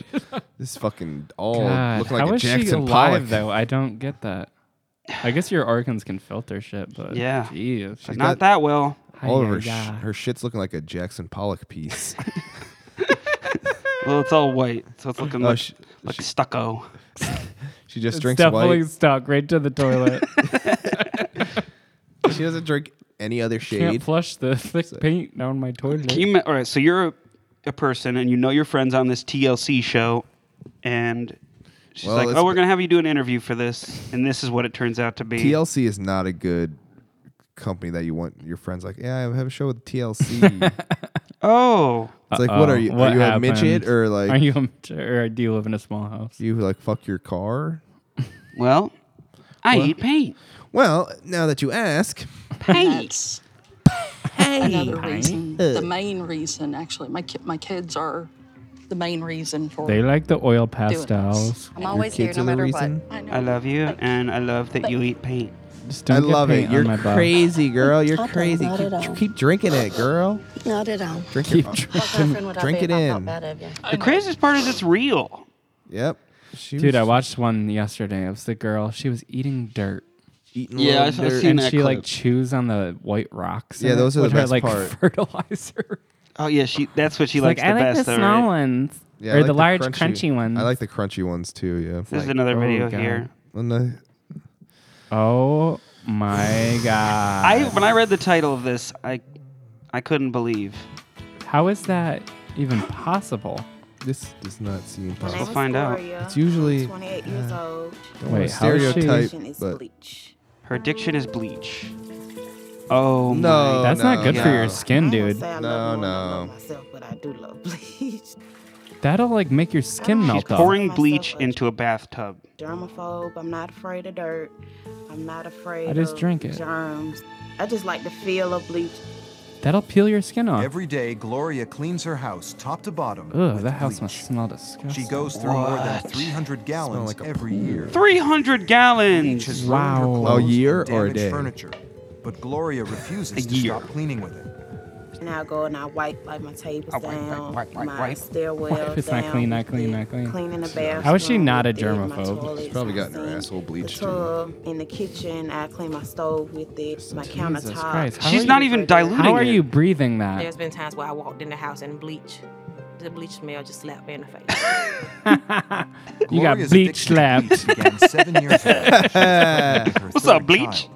[SPEAKER 3] this fucking all
[SPEAKER 2] God,
[SPEAKER 3] looking like
[SPEAKER 2] how
[SPEAKER 3] a
[SPEAKER 2] is she
[SPEAKER 3] Jackson
[SPEAKER 2] alive
[SPEAKER 3] Pollock.
[SPEAKER 2] though? I don't get that. I guess your organs can filter shit, but
[SPEAKER 1] Yeah.
[SPEAKER 2] jeez,
[SPEAKER 1] But
[SPEAKER 2] she's
[SPEAKER 1] not that well.
[SPEAKER 2] Oh
[SPEAKER 3] All of her, sh-
[SPEAKER 2] Hi-ya-ya.
[SPEAKER 3] her shit's looking like a Jackson
[SPEAKER 2] [laughs]
[SPEAKER 3] Pollock piece.
[SPEAKER 1] Well, it's all white, so it's looking
[SPEAKER 3] Oh,
[SPEAKER 1] like,
[SPEAKER 3] she-
[SPEAKER 1] like stucco.
[SPEAKER 3] she just
[SPEAKER 2] It's
[SPEAKER 3] drinks
[SPEAKER 2] definitely
[SPEAKER 3] white.
[SPEAKER 2] stuck right to the
[SPEAKER 3] [laughs]
[SPEAKER 2] toilet. [laughs]
[SPEAKER 3] She doesn't drink any other shade.
[SPEAKER 2] Can't flush the thick paint down my toilet.
[SPEAKER 1] Can you, ma- all right, so you're a, a person and you know your friends on this TLC show, and she's
[SPEAKER 3] Well,
[SPEAKER 1] like,
[SPEAKER 3] it's
[SPEAKER 1] "Oh, we're
[SPEAKER 3] b-
[SPEAKER 1] gonna have you do an interview for this," and this is what it turns out to be.
[SPEAKER 3] TLC is not a good company that you want your friends like. Yeah, I have a show
[SPEAKER 2] [laughs]
[SPEAKER 3] with TLC. it's
[SPEAKER 1] oh,
[SPEAKER 3] like, what are you?
[SPEAKER 2] What
[SPEAKER 3] are you
[SPEAKER 2] happened?
[SPEAKER 3] a midget or like
[SPEAKER 2] Are you
[SPEAKER 3] you-,
[SPEAKER 2] a midget or do you live in a small house?
[SPEAKER 3] like fuck your car?
[SPEAKER 1] well, I eat paint.
[SPEAKER 3] Well, now that you ask,
[SPEAKER 9] And that's another reason.
[SPEAKER 2] Uh.
[SPEAKER 9] The main reason, actually, my ki- my kids are the main reason for.
[SPEAKER 2] They like the oil
[SPEAKER 9] this.
[SPEAKER 2] pastels.
[SPEAKER 12] I'm always here
[SPEAKER 3] kids
[SPEAKER 12] no
[SPEAKER 3] are the
[SPEAKER 12] matter
[SPEAKER 3] reason.
[SPEAKER 12] what.
[SPEAKER 9] I know.
[SPEAKER 1] I love you, and I love that you eat paint.
[SPEAKER 2] Just don't
[SPEAKER 3] I
[SPEAKER 2] get
[SPEAKER 3] love it.
[SPEAKER 2] paint on
[SPEAKER 3] You're
[SPEAKER 2] my butt.
[SPEAKER 3] crazy, girl. You're
[SPEAKER 9] I don't
[SPEAKER 3] crazy.
[SPEAKER 9] love it
[SPEAKER 3] Keep,
[SPEAKER 9] at all.
[SPEAKER 3] keep drinking it, girl.
[SPEAKER 9] Not at all.
[SPEAKER 3] Drink
[SPEAKER 2] Keep
[SPEAKER 3] your.
[SPEAKER 2] drinking.
[SPEAKER 12] What kind of friend would
[SPEAKER 3] Drink
[SPEAKER 12] I
[SPEAKER 3] it
[SPEAKER 12] be if I
[SPEAKER 3] in.
[SPEAKER 12] thought bad of you?
[SPEAKER 1] The craziest part is it's real.
[SPEAKER 3] Yep. She
[SPEAKER 2] Dude,
[SPEAKER 3] was
[SPEAKER 2] I watched one yesterday. It was the girl. She was eating dirt.
[SPEAKER 3] eating
[SPEAKER 1] Yeah,
[SPEAKER 3] little
[SPEAKER 1] I've
[SPEAKER 3] dirt.
[SPEAKER 1] seen
[SPEAKER 2] And
[SPEAKER 1] that
[SPEAKER 2] she like
[SPEAKER 1] clip.
[SPEAKER 2] chews on the white rocks. in
[SPEAKER 3] Yeah,
[SPEAKER 2] it
[SPEAKER 3] those are the
[SPEAKER 2] with her,
[SPEAKER 3] best
[SPEAKER 2] like, [laughs]
[SPEAKER 3] part.
[SPEAKER 2] Fertilizer.
[SPEAKER 1] Oh yeah, she. That's what she likes
[SPEAKER 2] I
[SPEAKER 1] the
[SPEAKER 2] like
[SPEAKER 1] best.
[SPEAKER 2] the
[SPEAKER 1] though,
[SPEAKER 2] small
[SPEAKER 1] right?
[SPEAKER 2] ones
[SPEAKER 3] Yeah, I
[SPEAKER 2] or
[SPEAKER 3] like
[SPEAKER 2] the large crunchy, ones.
[SPEAKER 3] I like the crunchy ones too. Yeah.
[SPEAKER 1] This is
[SPEAKER 3] Like,
[SPEAKER 1] another
[SPEAKER 2] oh,
[SPEAKER 1] video
[SPEAKER 2] God.
[SPEAKER 1] here.
[SPEAKER 3] when the-
[SPEAKER 2] Oh my god!
[SPEAKER 1] I when I read the title of this, I I couldn't believe.
[SPEAKER 2] How is that even possible?
[SPEAKER 3] this does not seem
[SPEAKER 4] My
[SPEAKER 1] We'll
[SPEAKER 4] name
[SPEAKER 3] possible.
[SPEAKER 4] is
[SPEAKER 1] find out.
[SPEAKER 4] Gloria.
[SPEAKER 3] It's usually
[SPEAKER 4] I'm 28 years old.
[SPEAKER 3] don't wanna
[SPEAKER 2] Wait, how is she-
[SPEAKER 3] stereotype,
[SPEAKER 4] Name is
[SPEAKER 3] but
[SPEAKER 4] bleach.
[SPEAKER 1] Her addiction is bleach. Oh
[SPEAKER 3] No.
[SPEAKER 1] My.
[SPEAKER 2] That's not
[SPEAKER 3] no,
[SPEAKER 2] good for your
[SPEAKER 3] no.
[SPEAKER 2] skin,
[SPEAKER 4] I won't
[SPEAKER 2] dude.
[SPEAKER 4] say I
[SPEAKER 3] No,
[SPEAKER 4] love more than I
[SPEAKER 3] no.
[SPEAKER 4] love myself, but I do love bleach.
[SPEAKER 2] That'll like make your skin
[SPEAKER 4] She's
[SPEAKER 2] melt
[SPEAKER 1] She's
[SPEAKER 2] off.
[SPEAKER 1] pouring
[SPEAKER 4] Myself
[SPEAKER 1] bleach
[SPEAKER 4] a-
[SPEAKER 1] into a bathtub.
[SPEAKER 4] Dermaphobe. I'm not afraid of dirt. I'm not afraid.
[SPEAKER 2] I just
[SPEAKER 4] of
[SPEAKER 2] drink it.
[SPEAKER 4] Germs. I just like the feel of bleach.
[SPEAKER 2] That'll peel your skin off.
[SPEAKER 7] Every day, Gloria cleans her house top to bottom.
[SPEAKER 2] Ugh,
[SPEAKER 7] with
[SPEAKER 2] that house
[SPEAKER 7] bleach.
[SPEAKER 2] must smell disgusting. [laughs]
[SPEAKER 7] She goes through more than 300 gallons
[SPEAKER 3] like a
[SPEAKER 7] every year.
[SPEAKER 1] 300
[SPEAKER 7] Bleach has
[SPEAKER 1] gallons.
[SPEAKER 7] ruined her
[SPEAKER 2] Wow.
[SPEAKER 7] clothes
[SPEAKER 3] A year
[SPEAKER 7] and
[SPEAKER 3] or a
[SPEAKER 7] damaged
[SPEAKER 3] day?
[SPEAKER 7] furniture, but Gloria refuses
[SPEAKER 1] A
[SPEAKER 7] to
[SPEAKER 1] year.
[SPEAKER 7] stop cleaning with it.
[SPEAKER 4] And I go and I wipe like my tables
[SPEAKER 3] Oh,
[SPEAKER 1] I wipe, wipe,
[SPEAKER 4] down,
[SPEAKER 1] wipe, wipe,
[SPEAKER 4] my
[SPEAKER 1] wipe.
[SPEAKER 4] stairwell
[SPEAKER 2] Wipe, it's not
[SPEAKER 4] down.
[SPEAKER 2] clean, not clean,
[SPEAKER 4] the-
[SPEAKER 2] not clean.
[SPEAKER 4] Cleaning the bathroom.
[SPEAKER 2] How is she not a
[SPEAKER 4] the bed, my
[SPEAKER 2] germaphobe?
[SPEAKER 4] toilets,
[SPEAKER 3] She's probably
[SPEAKER 4] my
[SPEAKER 3] gotten her
[SPEAKER 4] sink,
[SPEAKER 3] asshole bleached,
[SPEAKER 4] The tub in the kitchen. I clean my stove with it. My countertop.
[SPEAKER 2] Christ, how
[SPEAKER 1] She's
[SPEAKER 2] are
[SPEAKER 1] not
[SPEAKER 2] you-
[SPEAKER 1] even
[SPEAKER 4] refrigerator.
[SPEAKER 1] diluting
[SPEAKER 2] How are
[SPEAKER 1] it.
[SPEAKER 2] you breathing that?
[SPEAKER 4] There's been times where I walked in the house and bleach, the bleach smell just slapped me in the face.
[SPEAKER 2] [laughs] You got
[SPEAKER 7] Gloria's
[SPEAKER 2] bleach
[SPEAKER 7] addiction to
[SPEAKER 2] slapped.
[SPEAKER 7] bleach began seven years ago. What's
[SPEAKER 1] up, bleach?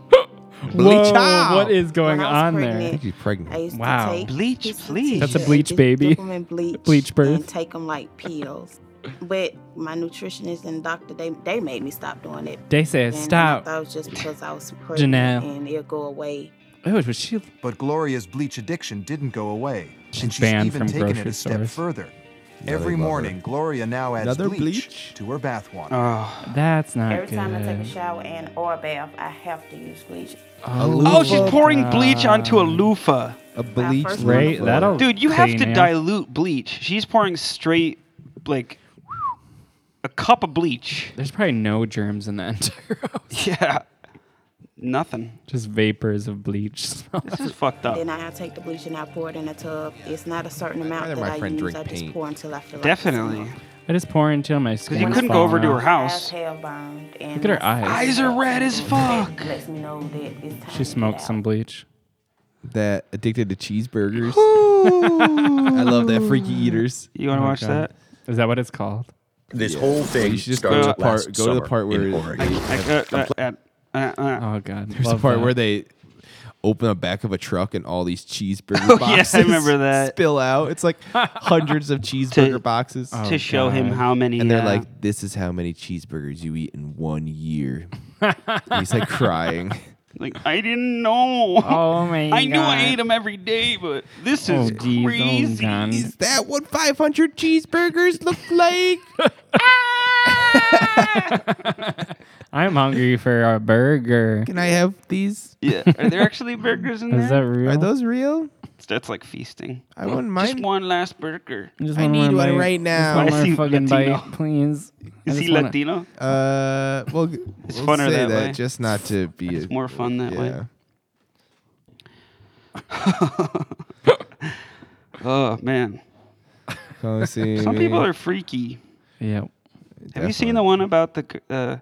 [SPEAKER 3] Bleach
[SPEAKER 2] Whoa,
[SPEAKER 3] out.
[SPEAKER 2] what is going
[SPEAKER 4] When I
[SPEAKER 2] on
[SPEAKER 4] was
[SPEAKER 2] there?
[SPEAKER 4] pregnant,
[SPEAKER 3] she's
[SPEAKER 4] I
[SPEAKER 3] pregnant.
[SPEAKER 4] used
[SPEAKER 2] Wow.
[SPEAKER 4] to take
[SPEAKER 1] Bleach,
[SPEAKER 4] pieces of
[SPEAKER 1] bleach.
[SPEAKER 4] tissue
[SPEAKER 2] That's a
[SPEAKER 4] [laughs] and
[SPEAKER 2] bleach
[SPEAKER 4] just
[SPEAKER 2] baby.
[SPEAKER 4] Dip 'em in bleach,
[SPEAKER 2] Bleach birth.
[SPEAKER 4] And take them like pills. But my nutritionist and doctor, they they made me stop doing it.
[SPEAKER 2] They said
[SPEAKER 4] And I
[SPEAKER 2] stop.
[SPEAKER 4] thought it was just because I was pregnant
[SPEAKER 2] Janelle.
[SPEAKER 4] and it'll go away.
[SPEAKER 2] Oh, was she?
[SPEAKER 7] But Gloria's bleach addiction didn't go away, and she's
[SPEAKER 2] banned
[SPEAKER 7] even
[SPEAKER 2] from
[SPEAKER 7] taken it
[SPEAKER 2] grocery
[SPEAKER 7] a step
[SPEAKER 2] stores.
[SPEAKER 7] further.
[SPEAKER 3] they
[SPEAKER 7] Every
[SPEAKER 3] love her.
[SPEAKER 7] morning, Gloria now adds
[SPEAKER 3] Another
[SPEAKER 7] bleach,
[SPEAKER 3] bleach?
[SPEAKER 7] to her bath water.
[SPEAKER 1] Oh,
[SPEAKER 2] That's not
[SPEAKER 4] Every
[SPEAKER 2] good.
[SPEAKER 4] time I take a shower and or a bath, I have to use bleach.
[SPEAKER 2] oh,
[SPEAKER 1] oh, she's pouring bleach onto a loofah.
[SPEAKER 3] A bleach.
[SPEAKER 4] first
[SPEAKER 2] Right,
[SPEAKER 3] loofah.
[SPEAKER 2] that'll
[SPEAKER 1] Dude, you have
[SPEAKER 2] clean
[SPEAKER 1] to
[SPEAKER 2] it.
[SPEAKER 1] dilute bleach. She's pouring straight, like, a cup of bleach.
[SPEAKER 2] There's probably no germs in that [laughs] entire house.
[SPEAKER 1] Yeah. Nothing.
[SPEAKER 2] Just vapors of bleach. [laughs]
[SPEAKER 1] This is fucked up.
[SPEAKER 12] Then I take the bleach and I pour it in a tub. It's not a certain amount
[SPEAKER 2] did
[SPEAKER 12] that
[SPEAKER 2] my
[SPEAKER 12] I
[SPEAKER 2] friend
[SPEAKER 12] use.
[SPEAKER 2] drink
[SPEAKER 12] I just
[SPEAKER 2] paint?
[SPEAKER 12] pour until I feel like it's
[SPEAKER 1] Definitely.
[SPEAKER 2] I just pour until my skin.
[SPEAKER 1] you
[SPEAKER 2] is
[SPEAKER 1] couldn't go over
[SPEAKER 2] falling
[SPEAKER 1] to her
[SPEAKER 2] off.
[SPEAKER 1] house.
[SPEAKER 2] Look at her eyes.
[SPEAKER 1] Eyes are red as fuck.
[SPEAKER 12] Lets me know that it's time.
[SPEAKER 2] She smoked some bleach.
[SPEAKER 3] That addicted to cheeseburgers. [laughs] I love that freaky eaters.
[SPEAKER 1] You wanna
[SPEAKER 2] Oh, watch God. that? Is that what it's called?
[SPEAKER 13] This whole thing
[SPEAKER 3] You should just go
[SPEAKER 13] started
[SPEAKER 3] to the
[SPEAKER 13] last
[SPEAKER 3] part. Go to the
[SPEAKER 13] summer
[SPEAKER 3] part where.
[SPEAKER 13] in Oregon.
[SPEAKER 1] uh,
[SPEAKER 2] oh god, [laughs]
[SPEAKER 3] [laughs] There's a
[SPEAKER 2] Love
[SPEAKER 3] part
[SPEAKER 2] that.
[SPEAKER 3] where they open the back of a truck and all these cheeseburger
[SPEAKER 1] Oh, [laughs] yeah, I
[SPEAKER 3] boxes.
[SPEAKER 1] remember that.
[SPEAKER 3] Spill out. It's
[SPEAKER 1] [laughs]
[SPEAKER 3] like hundreds of cheeseburger boxes
[SPEAKER 1] to Oh, show him God. how many,
[SPEAKER 3] And they're
[SPEAKER 1] uh,
[SPEAKER 3] like, "This is how many cheeseburgers you eat in one year." And he's
[SPEAKER 1] [laughs]
[SPEAKER 3] like crying.
[SPEAKER 1] Like I didn't know.
[SPEAKER 2] Oh my
[SPEAKER 1] [laughs] I knew I
[SPEAKER 2] God.
[SPEAKER 1] ate them every day, but this
[SPEAKER 2] Oh,
[SPEAKER 1] is
[SPEAKER 2] geez, oh,
[SPEAKER 1] crazy.
[SPEAKER 2] God. Is
[SPEAKER 3] that what 500 cheeseburgers look like?
[SPEAKER 2] I'm hungry for a burger.
[SPEAKER 3] Can I have these?
[SPEAKER 1] Yeah. [laughs] Are there
[SPEAKER 2] [laughs]
[SPEAKER 1] actually burgers in
[SPEAKER 2] Is that
[SPEAKER 1] there?
[SPEAKER 2] real?
[SPEAKER 3] Are those real?
[SPEAKER 1] That's like feasting.
[SPEAKER 3] I wouldn't
[SPEAKER 1] Just
[SPEAKER 3] mind.
[SPEAKER 1] one last burger.
[SPEAKER 2] Just
[SPEAKER 3] I
[SPEAKER 2] one
[SPEAKER 3] need
[SPEAKER 2] more
[SPEAKER 3] one
[SPEAKER 2] bite.
[SPEAKER 3] right
[SPEAKER 2] Just
[SPEAKER 3] now.
[SPEAKER 2] one
[SPEAKER 3] Is
[SPEAKER 2] more
[SPEAKER 3] he
[SPEAKER 2] fucking
[SPEAKER 1] Latino?
[SPEAKER 2] bite,
[SPEAKER 1] Is
[SPEAKER 2] please. I just
[SPEAKER 1] he
[SPEAKER 2] wanna-
[SPEAKER 1] Latino?
[SPEAKER 3] Uh, well, g-
[SPEAKER 1] [laughs] It's
[SPEAKER 3] we'll
[SPEAKER 1] funner
[SPEAKER 3] say
[SPEAKER 1] that
[SPEAKER 3] that,
[SPEAKER 1] way.
[SPEAKER 3] just not
[SPEAKER 1] [laughs]
[SPEAKER 3] to be.
[SPEAKER 1] It's
[SPEAKER 3] a-
[SPEAKER 1] more fun that way. oh man. [laughs]
[SPEAKER 3] Come see
[SPEAKER 1] Some
[SPEAKER 3] me.
[SPEAKER 1] people are freaky.
[SPEAKER 2] Yeah.
[SPEAKER 1] Have you seen the one about the g- uh,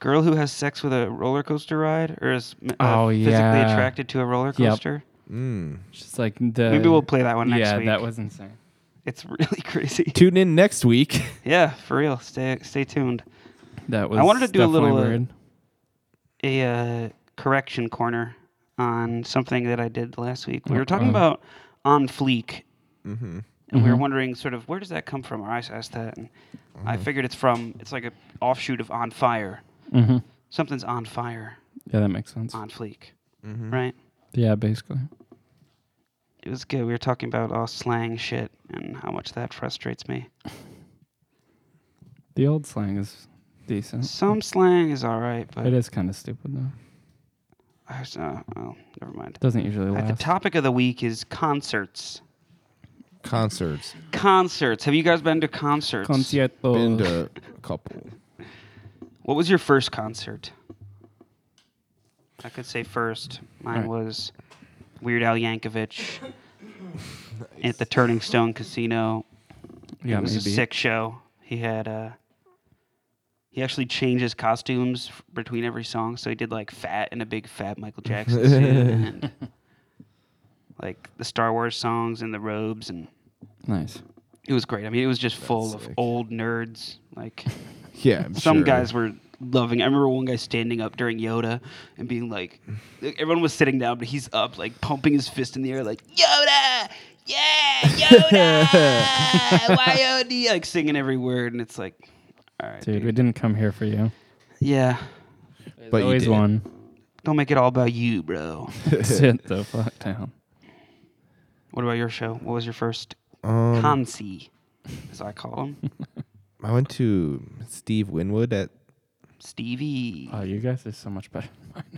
[SPEAKER 1] girl who has sex with a roller coaster ride, or is m- uh,
[SPEAKER 2] Oh,
[SPEAKER 1] physically
[SPEAKER 2] yeah.
[SPEAKER 1] attracted to a roller
[SPEAKER 2] Yep.
[SPEAKER 1] coaster?
[SPEAKER 3] Mm.
[SPEAKER 2] Just like the.
[SPEAKER 1] Maybe we'll play that one next
[SPEAKER 2] yeah,
[SPEAKER 1] week.
[SPEAKER 2] that was insane.
[SPEAKER 1] It's [laughs] really crazy.
[SPEAKER 3] Tune in next week. [laughs]
[SPEAKER 1] Yeah, for real. Stay stay tuned.
[SPEAKER 2] That was.
[SPEAKER 1] I wanted to do a
[SPEAKER 2] definitely
[SPEAKER 1] little uh,
[SPEAKER 2] Weird.
[SPEAKER 1] a uh, correction corner on something that I did last week. We were talking
[SPEAKER 2] Uh-oh.
[SPEAKER 1] about on fleek,
[SPEAKER 3] Mm-hmm.
[SPEAKER 1] and we were
[SPEAKER 2] Mhm.
[SPEAKER 1] wondering sort of where does that come from, or I asked that, and I
[SPEAKER 2] Mm-hmm.
[SPEAKER 1] figured it's from it's like a offshoot of on fire.
[SPEAKER 2] Mhm.
[SPEAKER 1] Something's on fire,
[SPEAKER 2] Yeah, that makes sense.
[SPEAKER 1] on fleek,
[SPEAKER 2] Mm-hmm.
[SPEAKER 1] right?
[SPEAKER 2] Yeah, basically.
[SPEAKER 1] It was good. We were talking about all slang shit and how much that frustrates me.
[SPEAKER 2] The old slang is decent.
[SPEAKER 1] Some slang is all right, but
[SPEAKER 2] it is kind of stupid though.
[SPEAKER 1] I was, uh, well, never mind.
[SPEAKER 2] Doesn't usually
[SPEAKER 1] Uh, the
[SPEAKER 2] last.
[SPEAKER 1] topic of the week is concerts.
[SPEAKER 3] Concerts.
[SPEAKER 1] Concerts. Have you guys been to concerts?
[SPEAKER 2] Concierto.
[SPEAKER 3] Been
[SPEAKER 1] Oh.
[SPEAKER 3] to a couple.
[SPEAKER 1] What was your first concert? I could say first. Mine was Weird Al
[SPEAKER 2] [laughs]
[SPEAKER 1] Yankovic at the Turning Stone Casino.
[SPEAKER 2] Yeah,
[SPEAKER 1] it was
[SPEAKER 2] maybe.
[SPEAKER 1] a sick show. He had uh, he actually changed his costumes f- between every song. So he did like fat and a big fat
[SPEAKER 2] [laughs]
[SPEAKER 1] Michael Jackson suit and [laughs] like the Star Wars songs and the robes and
[SPEAKER 2] Nice.
[SPEAKER 1] it was great. I mean, it was just full of old nerds. Like,
[SPEAKER 3] Yeah, I'm
[SPEAKER 1] some
[SPEAKER 3] sure.
[SPEAKER 1] guys were loving. I remember one guy standing up during Yoda and being like, like, everyone was sitting down, but he's up, like pumping his fist in the air, like Yoda, yeah,
[SPEAKER 3] [laughs]
[SPEAKER 1] Yoda, Y O D, like singing every word, and it's like, all right,
[SPEAKER 2] Dude, we didn't come here for you.
[SPEAKER 1] yeah,
[SPEAKER 3] But you
[SPEAKER 2] always
[SPEAKER 3] did.
[SPEAKER 2] one.
[SPEAKER 3] [laughs]
[SPEAKER 1] don't make it all about you, bro.
[SPEAKER 2] Sit the fuck down.
[SPEAKER 1] what about your show? What was your first
[SPEAKER 3] Um,
[SPEAKER 1] concy, as I call him,
[SPEAKER 3] I went to Steve Winwood at
[SPEAKER 1] Stevie?
[SPEAKER 2] Oh, you guys are so much better. [laughs]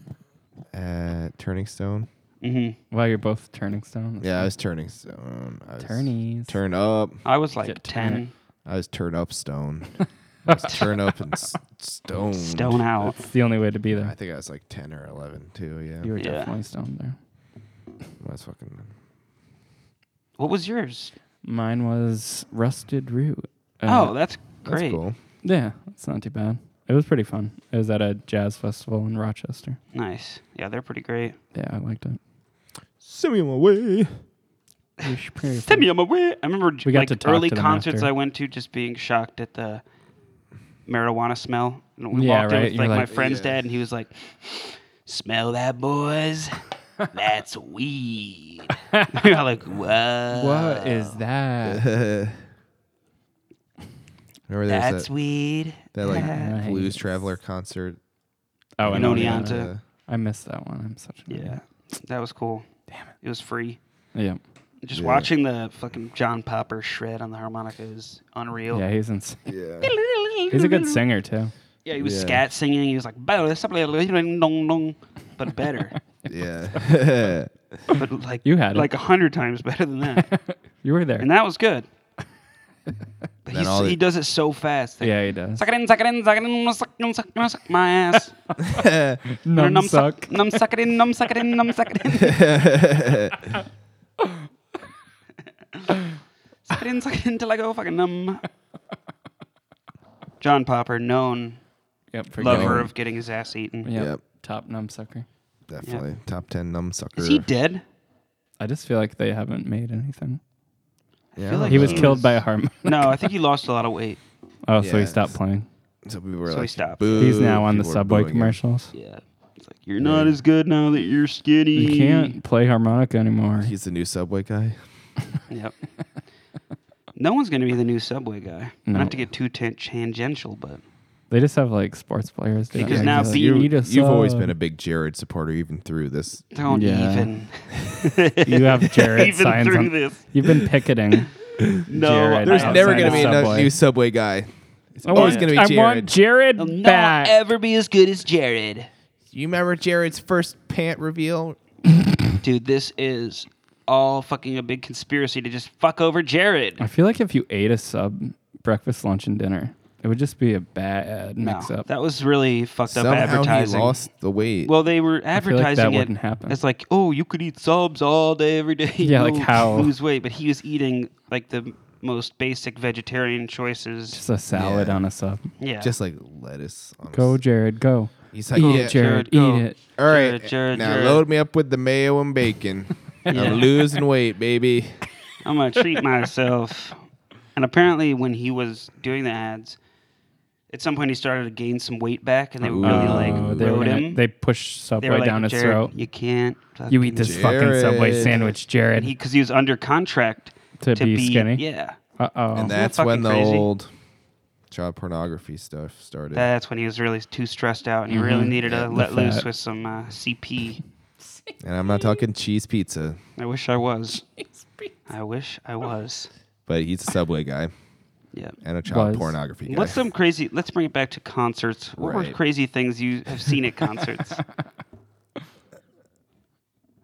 [SPEAKER 3] at Turning Stone.
[SPEAKER 1] Mm-hmm.
[SPEAKER 2] Wow, you're both turning stone.
[SPEAKER 3] Yeah, I was Turning Stone. I was
[SPEAKER 2] Turnies.
[SPEAKER 3] Turn up.
[SPEAKER 1] I was like
[SPEAKER 2] Get
[SPEAKER 1] ten.
[SPEAKER 2] turned.
[SPEAKER 3] I was turn
[SPEAKER 1] [laughs]
[SPEAKER 3] up stone. I was turn up and s- stoned.
[SPEAKER 1] Stone out.
[SPEAKER 2] It's the only way to be
[SPEAKER 3] I
[SPEAKER 2] there.
[SPEAKER 3] think I was like ten or eleven too. Yeah,
[SPEAKER 2] You were
[SPEAKER 1] Yeah.
[SPEAKER 2] definitely stoned there.
[SPEAKER 3] I was fucking.
[SPEAKER 1] What was yours?
[SPEAKER 2] Mine was rusted root. Uh,
[SPEAKER 1] oh, that's
[SPEAKER 3] That's
[SPEAKER 1] great.
[SPEAKER 3] cool.
[SPEAKER 2] yeah, it's not too bad. It was pretty fun. It was at a jazz festival in Rochester.
[SPEAKER 1] Nice. Yeah, they're pretty great.
[SPEAKER 2] Yeah, I liked
[SPEAKER 3] [laughs]
[SPEAKER 2] it.
[SPEAKER 3] Send me on my way.
[SPEAKER 2] It was pretty
[SPEAKER 1] Send
[SPEAKER 2] fun.
[SPEAKER 1] me on my way. I remember j-
[SPEAKER 2] We got
[SPEAKER 1] like
[SPEAKER 2] to talk
[SPEAKER 1] early
[SPEAKER 2] to them
[SPEAKER 1] concerts
[SPEAKER 2] after.
[SPEAKER 1] I went to just being shocked at the marijuana smell. And we
[SPEAKER 2] Yeah,
[SPEAKER 1] walked
[SPEAKER 2] right?
[SPEAKER 1] in with
[SPEAKER 2] You're
[SPEAKER 1] like, my
[SPEAKER 2] like-
[SPEAKER 1] friend's
[SPEAKER 3] Yeah.
[SPEAKER 1] dad, and he was like, "Smell that, boys?
[SPEAKER 2] [laughs]
[SPEAKER 1] That's weed." [laughs] we were like, "Whoa,
[SPEAKER 2] What is
[SPEAKER 3] [laughs]
[SPEAKER 2] that?
[SPEAKER 3] Remember there was
[SPEAKER 1] That's
[SPEAKER 3] that,
[SPEAKER 1] weed."
[SPEAKER 3] that like
[SPEAKER 2] Nice.
[SPEAKER 3] blues traveler concert.
[SPEAKER 2] Oh,
[SPEAKER 1] You
[SPEAKER 2] and
[SPEAKER 1] know
[SPEAKER 2] Oneonta.
[SPEAKER 1] Oneonta?
[SPEAKER 2] I missed that one. I'm such an
[SPEAKER 1] Yeah,
[SPEAKER 2] idiot.
[SPEAKER 1] that was cool. Damn it, it was free.
[SPEAKER 2] Yeah.
[SPEAKER 1] Just
[SPEAKER 3] Yeah.
[SPEAKER 1] watching the fucking John Popper shred on the harmonica is unreal.
[SPEAKER 2] Yeah, he's insane.
[SPEAKER 3] Yeah.
[SPEAKER 1] [laughs]
[SPEAKER 2] He's a good singer too.
[SPEAKER 1] Yeah, he was
[SPEAKER 3] Yeah.
[SPEAKER 1] scat singing. He was like, but better.
[SPEAKER 2] [laughs]
[SPEAKER 3] Yeah. [laughs]
[SPEAKER 1] but like
[SPEAKER 2] You had it. [laughs]
[SPEAKER 1] like a hundred times better than that.
[SPEAKER 2] You were there.
[SPEAKER 1] and that was good. But
[SPEAKER 3] then
[SPEAKER 1] He's-
[SPEAKER 3] all the-
[SPEAKER 1] he does it so fast.
[SPEAKER 2] Yeah, he does.
[SPEAKER 1] Suck it in, suck it in, suck it in, suck, num, suck, num, suck my
[SPEAKER 2] [laughs]
[SPEAKER 1] ass.
[SPEAKER 2] Num suck.
[SPEAKER 1] Num suck it in, num suck it in, num suck
[SPEAKER 2] [laughs]
[SPEAKER 1] it in. suck it in, suck it in till I go fucking numb. John Popper, known
[SPEAKER 2] Yep, for
[SPEAKER 1] lover
[SPEAKER 2] getting-
[SPEAKER 1] of getting his ass eaten.
[SPEAKER 2] Yep.
[SPEAKER 3] Yep.
[SPEAKER 2] Top numbsucker.
[SPEAKER 3] Definitely. Top 10 numbsucker.
[SPEAKER 1] Is he
[SPEAKER 2] [laughs]
[SPEAKER 1] dead?
[SPEAKER 2] I just feel like they haven't made anything.
[SPEAKER 3] Yeah,
[SPEAKER 1] feel
[SPEAKER 3] I don't
[SPEAKER 1] like
[SPEAKER 2] he was
[SPEAKER 1] he
[SPEAKER 2] killed
[SPEAKER 1] was-
[SPEAKER 2] by a harm.
[SPEAKER 1] No, I think he lost a lot of weight.
[SPEAKER 2] Oh, so he
[SPEAKER 3] Yeah.
[SPEAKER 2] stopped playing.
[SPEAKER 3] So we were
[SPEAKER 1] So he
[SPEAKER 3] like,
[SPEAKER 1] stopped.
[SPEAKER 3] "Boo."
[SPEAKER 2] He's now on the
[SPEAKER 3] People were
[SPEAKER 2] subway
[SPEAKER 3] booing him.
[SPEAKER 2] commercials.
[SPEAKER 1] Yeah. It's like, you're not as good now that you're skinny.
[SPEAKER 2] You can't play harmonica anymore.
[SPEAKER 3] He's the new subway guy.
[SPEAKER 1] Yep. [laughs] no one's going to be the new Subway guy.
[SPEAKER 2] No.
[SPEAKER 1] Not to get too tan- tangential, but
[SPEAKER 2] They just have like sports players. doing
[SPEAKER 1] Because
[SPEAKER 2] it.
[SPEAKER 1] now
[SPEAKER 2] He's like,
[SPEAKER 1] being-
[SPEAKER 2] "Eat a
[SPEAKER 3] You've always
[SPEAKER 2] sub."
[SPEAKER 3] been a big Jared supporter, even through this.
[SPEAKER 1] don't [laughs]
[SPEAKER 2] Yeah.
[SPEAKER 1] even.
[SPEAKER 2] You have Jared
[SPEAKER 1] Even
[SPEAKER 2] signs
[SPEAKER 1] through
[SPEAKER 2] on-
[SPEAKER 1] this.
[SPEAKER 2] You've been picketing.
[SPEAKER 1] No,
[SPEAKER 2] Jared
[SPEAKER 1] there's
[SPEAKER 3] There's never
[SPEAKER 2] outside
[SPEAKER 3] going to
[SPEAKER 2] of
[SPEAKER 3] be a
[SPEAKER 2] Subway.
[SPEAKER 3] new subway guy. [laughs] It's
[SPEAKER 2] I
[SPEAKER 3] always
[SPEAKER 2] want-
[SPEAKER 3] going to
[SPEAKER 2] I
[SPEAKER 3] be Jared.
[SPEAKER 2] want Jared
[SPEAKER 1] I'll
[SPEAKER 2] back.
[SPEAKER 1] not ever be as good as Jared.
[SPEAKER 3] you remember Jared's first pant reveal?
[SPEAKER 1] Dude, this is all fucking a big conspiracy to just fuck over Jared.
[SPEAKER 2] I feel like if you ate a sub, breakfast, lunch, and dinner, it would just be a bad
[SPEAKER 1] No,
[SPEAKER 2] mix up.
[SPEAKER 1] that was really fucked up
[SPEAKER 3] Somehow he
[SPEAKER 1] advertising.
[SPEAKER 3] lost the weight.
[SPEAKER 1] Well, they were
[SPEAKER 2] feel like that
[SPEAKER 1] advertising it.
[SPEAKER 2] wouldn't happen.
[SPEAKER 1] It's like, oh, you could eat subs all day, every day.
[SPEAKER 2] [laughs] Yeah, like
[SPEAKER 1] You'll
[SPEAKER 2] how?
[SPEAKER 1] lose weight, but he was eating like the most basic vegetarian choices.
[SPEAKER 2] just a salad
[SPEAKER 3] Yeah.
[SPEAKER 2] on a sub.
[SPEAKER 1] yeah,
[SPEAKER 3] Just like lettuce. On a
[SPEAKER 2] Go,
[SPEAKER 3] s-
[SPEAKER 2] Jared, go.
[SPEAKER 3] He's like,
[SPEAKER 2] Eat
[SPEAKER 3] yeah.
[SPEAKER 2] it, Jared,
[SPEAKER 1] go.
[SPEAKER 2] eat it.
[SPEAKER 3] All right.
[SPEAKER 1] Jared, Jared,
[SPEAKER 3] now
[SPEAKER 1] Jared.
[SPEAKER 3] load me up with the mayo
[SPEAKER 1] [laughs]
[SPEAKER 3] and bacon.
[SPEAKER 1] Yeah.
[SPEAKER 3] I'm losing
[SPEAKER 1] [laughs]
[SPEAKER 3] weight, baby.
[SPEAKER 1] I'm gonna
[SPEAKER 3] [laughs]
[SPEAKER 1] treat myself. And apparently, when he was doing the ads, at some point he started to gain some weight back, and they really
[SPEAKER 2] Oh,
[SPEAKER 1] like
[SPEAKER 2] they, were
[SPEAKER 1] rode
[SPEAKER 2] gonna-
[SPEAKER 1] him.
[SPEAKER 2] they pushed
[SPEAKER 1] They
[SPEAKER 2] Subway
[SPEAKER 1] were like,
[SPEAKER 2] down his
[SPEAKER 1] Jared,
[SPEAKER 2] throat.
[SPEAKER 1] You can't.
[SPEAKER 2] You eat this
[SPEAKER 1] fucking-
[SPEAKER 2] fucking Subway
[SPEAKER 3] Jared.
[SPEAKER 2] sandwich, Jared.
[SPEAKER 1] And he, because he was under contract
[SPEAKER 2] To be skinny?
[SPEAKER 1] Yeah,
[SPEAKER 2] uh oh.
[SPEAKER 3] And
[SPEAKER 1] that
[SPEAKER 3] that's
[SPEAKER 1] fucking
[SPEAKER 3] when the
[SPEAKER 1] crazy?
[SPEAKER 3] old child pornography stuff started.
[SPEAKER 1] that's when he was really too stressed out, and he really needed to
[SPEAKER 2] the
[SPEAKER 1] let loose
[SPEAKER 2] fat.
[SPEAKER 1] with some uh, CP.
[SPEAKER 3] and I'm not talking cheese pizza,
[SPEAKER 1] I wish I was. I wish I was.
[SPEAKER 3] but he's a subway guy
[SPEAKER 1] Yeah.
[SPEAKER 3] and a child
[SPEAKER 2] Was.
[SPEAKER 3] pornography guy.
[SPEAKER 1] What's some crazy? Let's bring it back to concerts. What were
[SPEAKER 3] Right.
[SPEAKER 1] crazy things you have seen at concerts?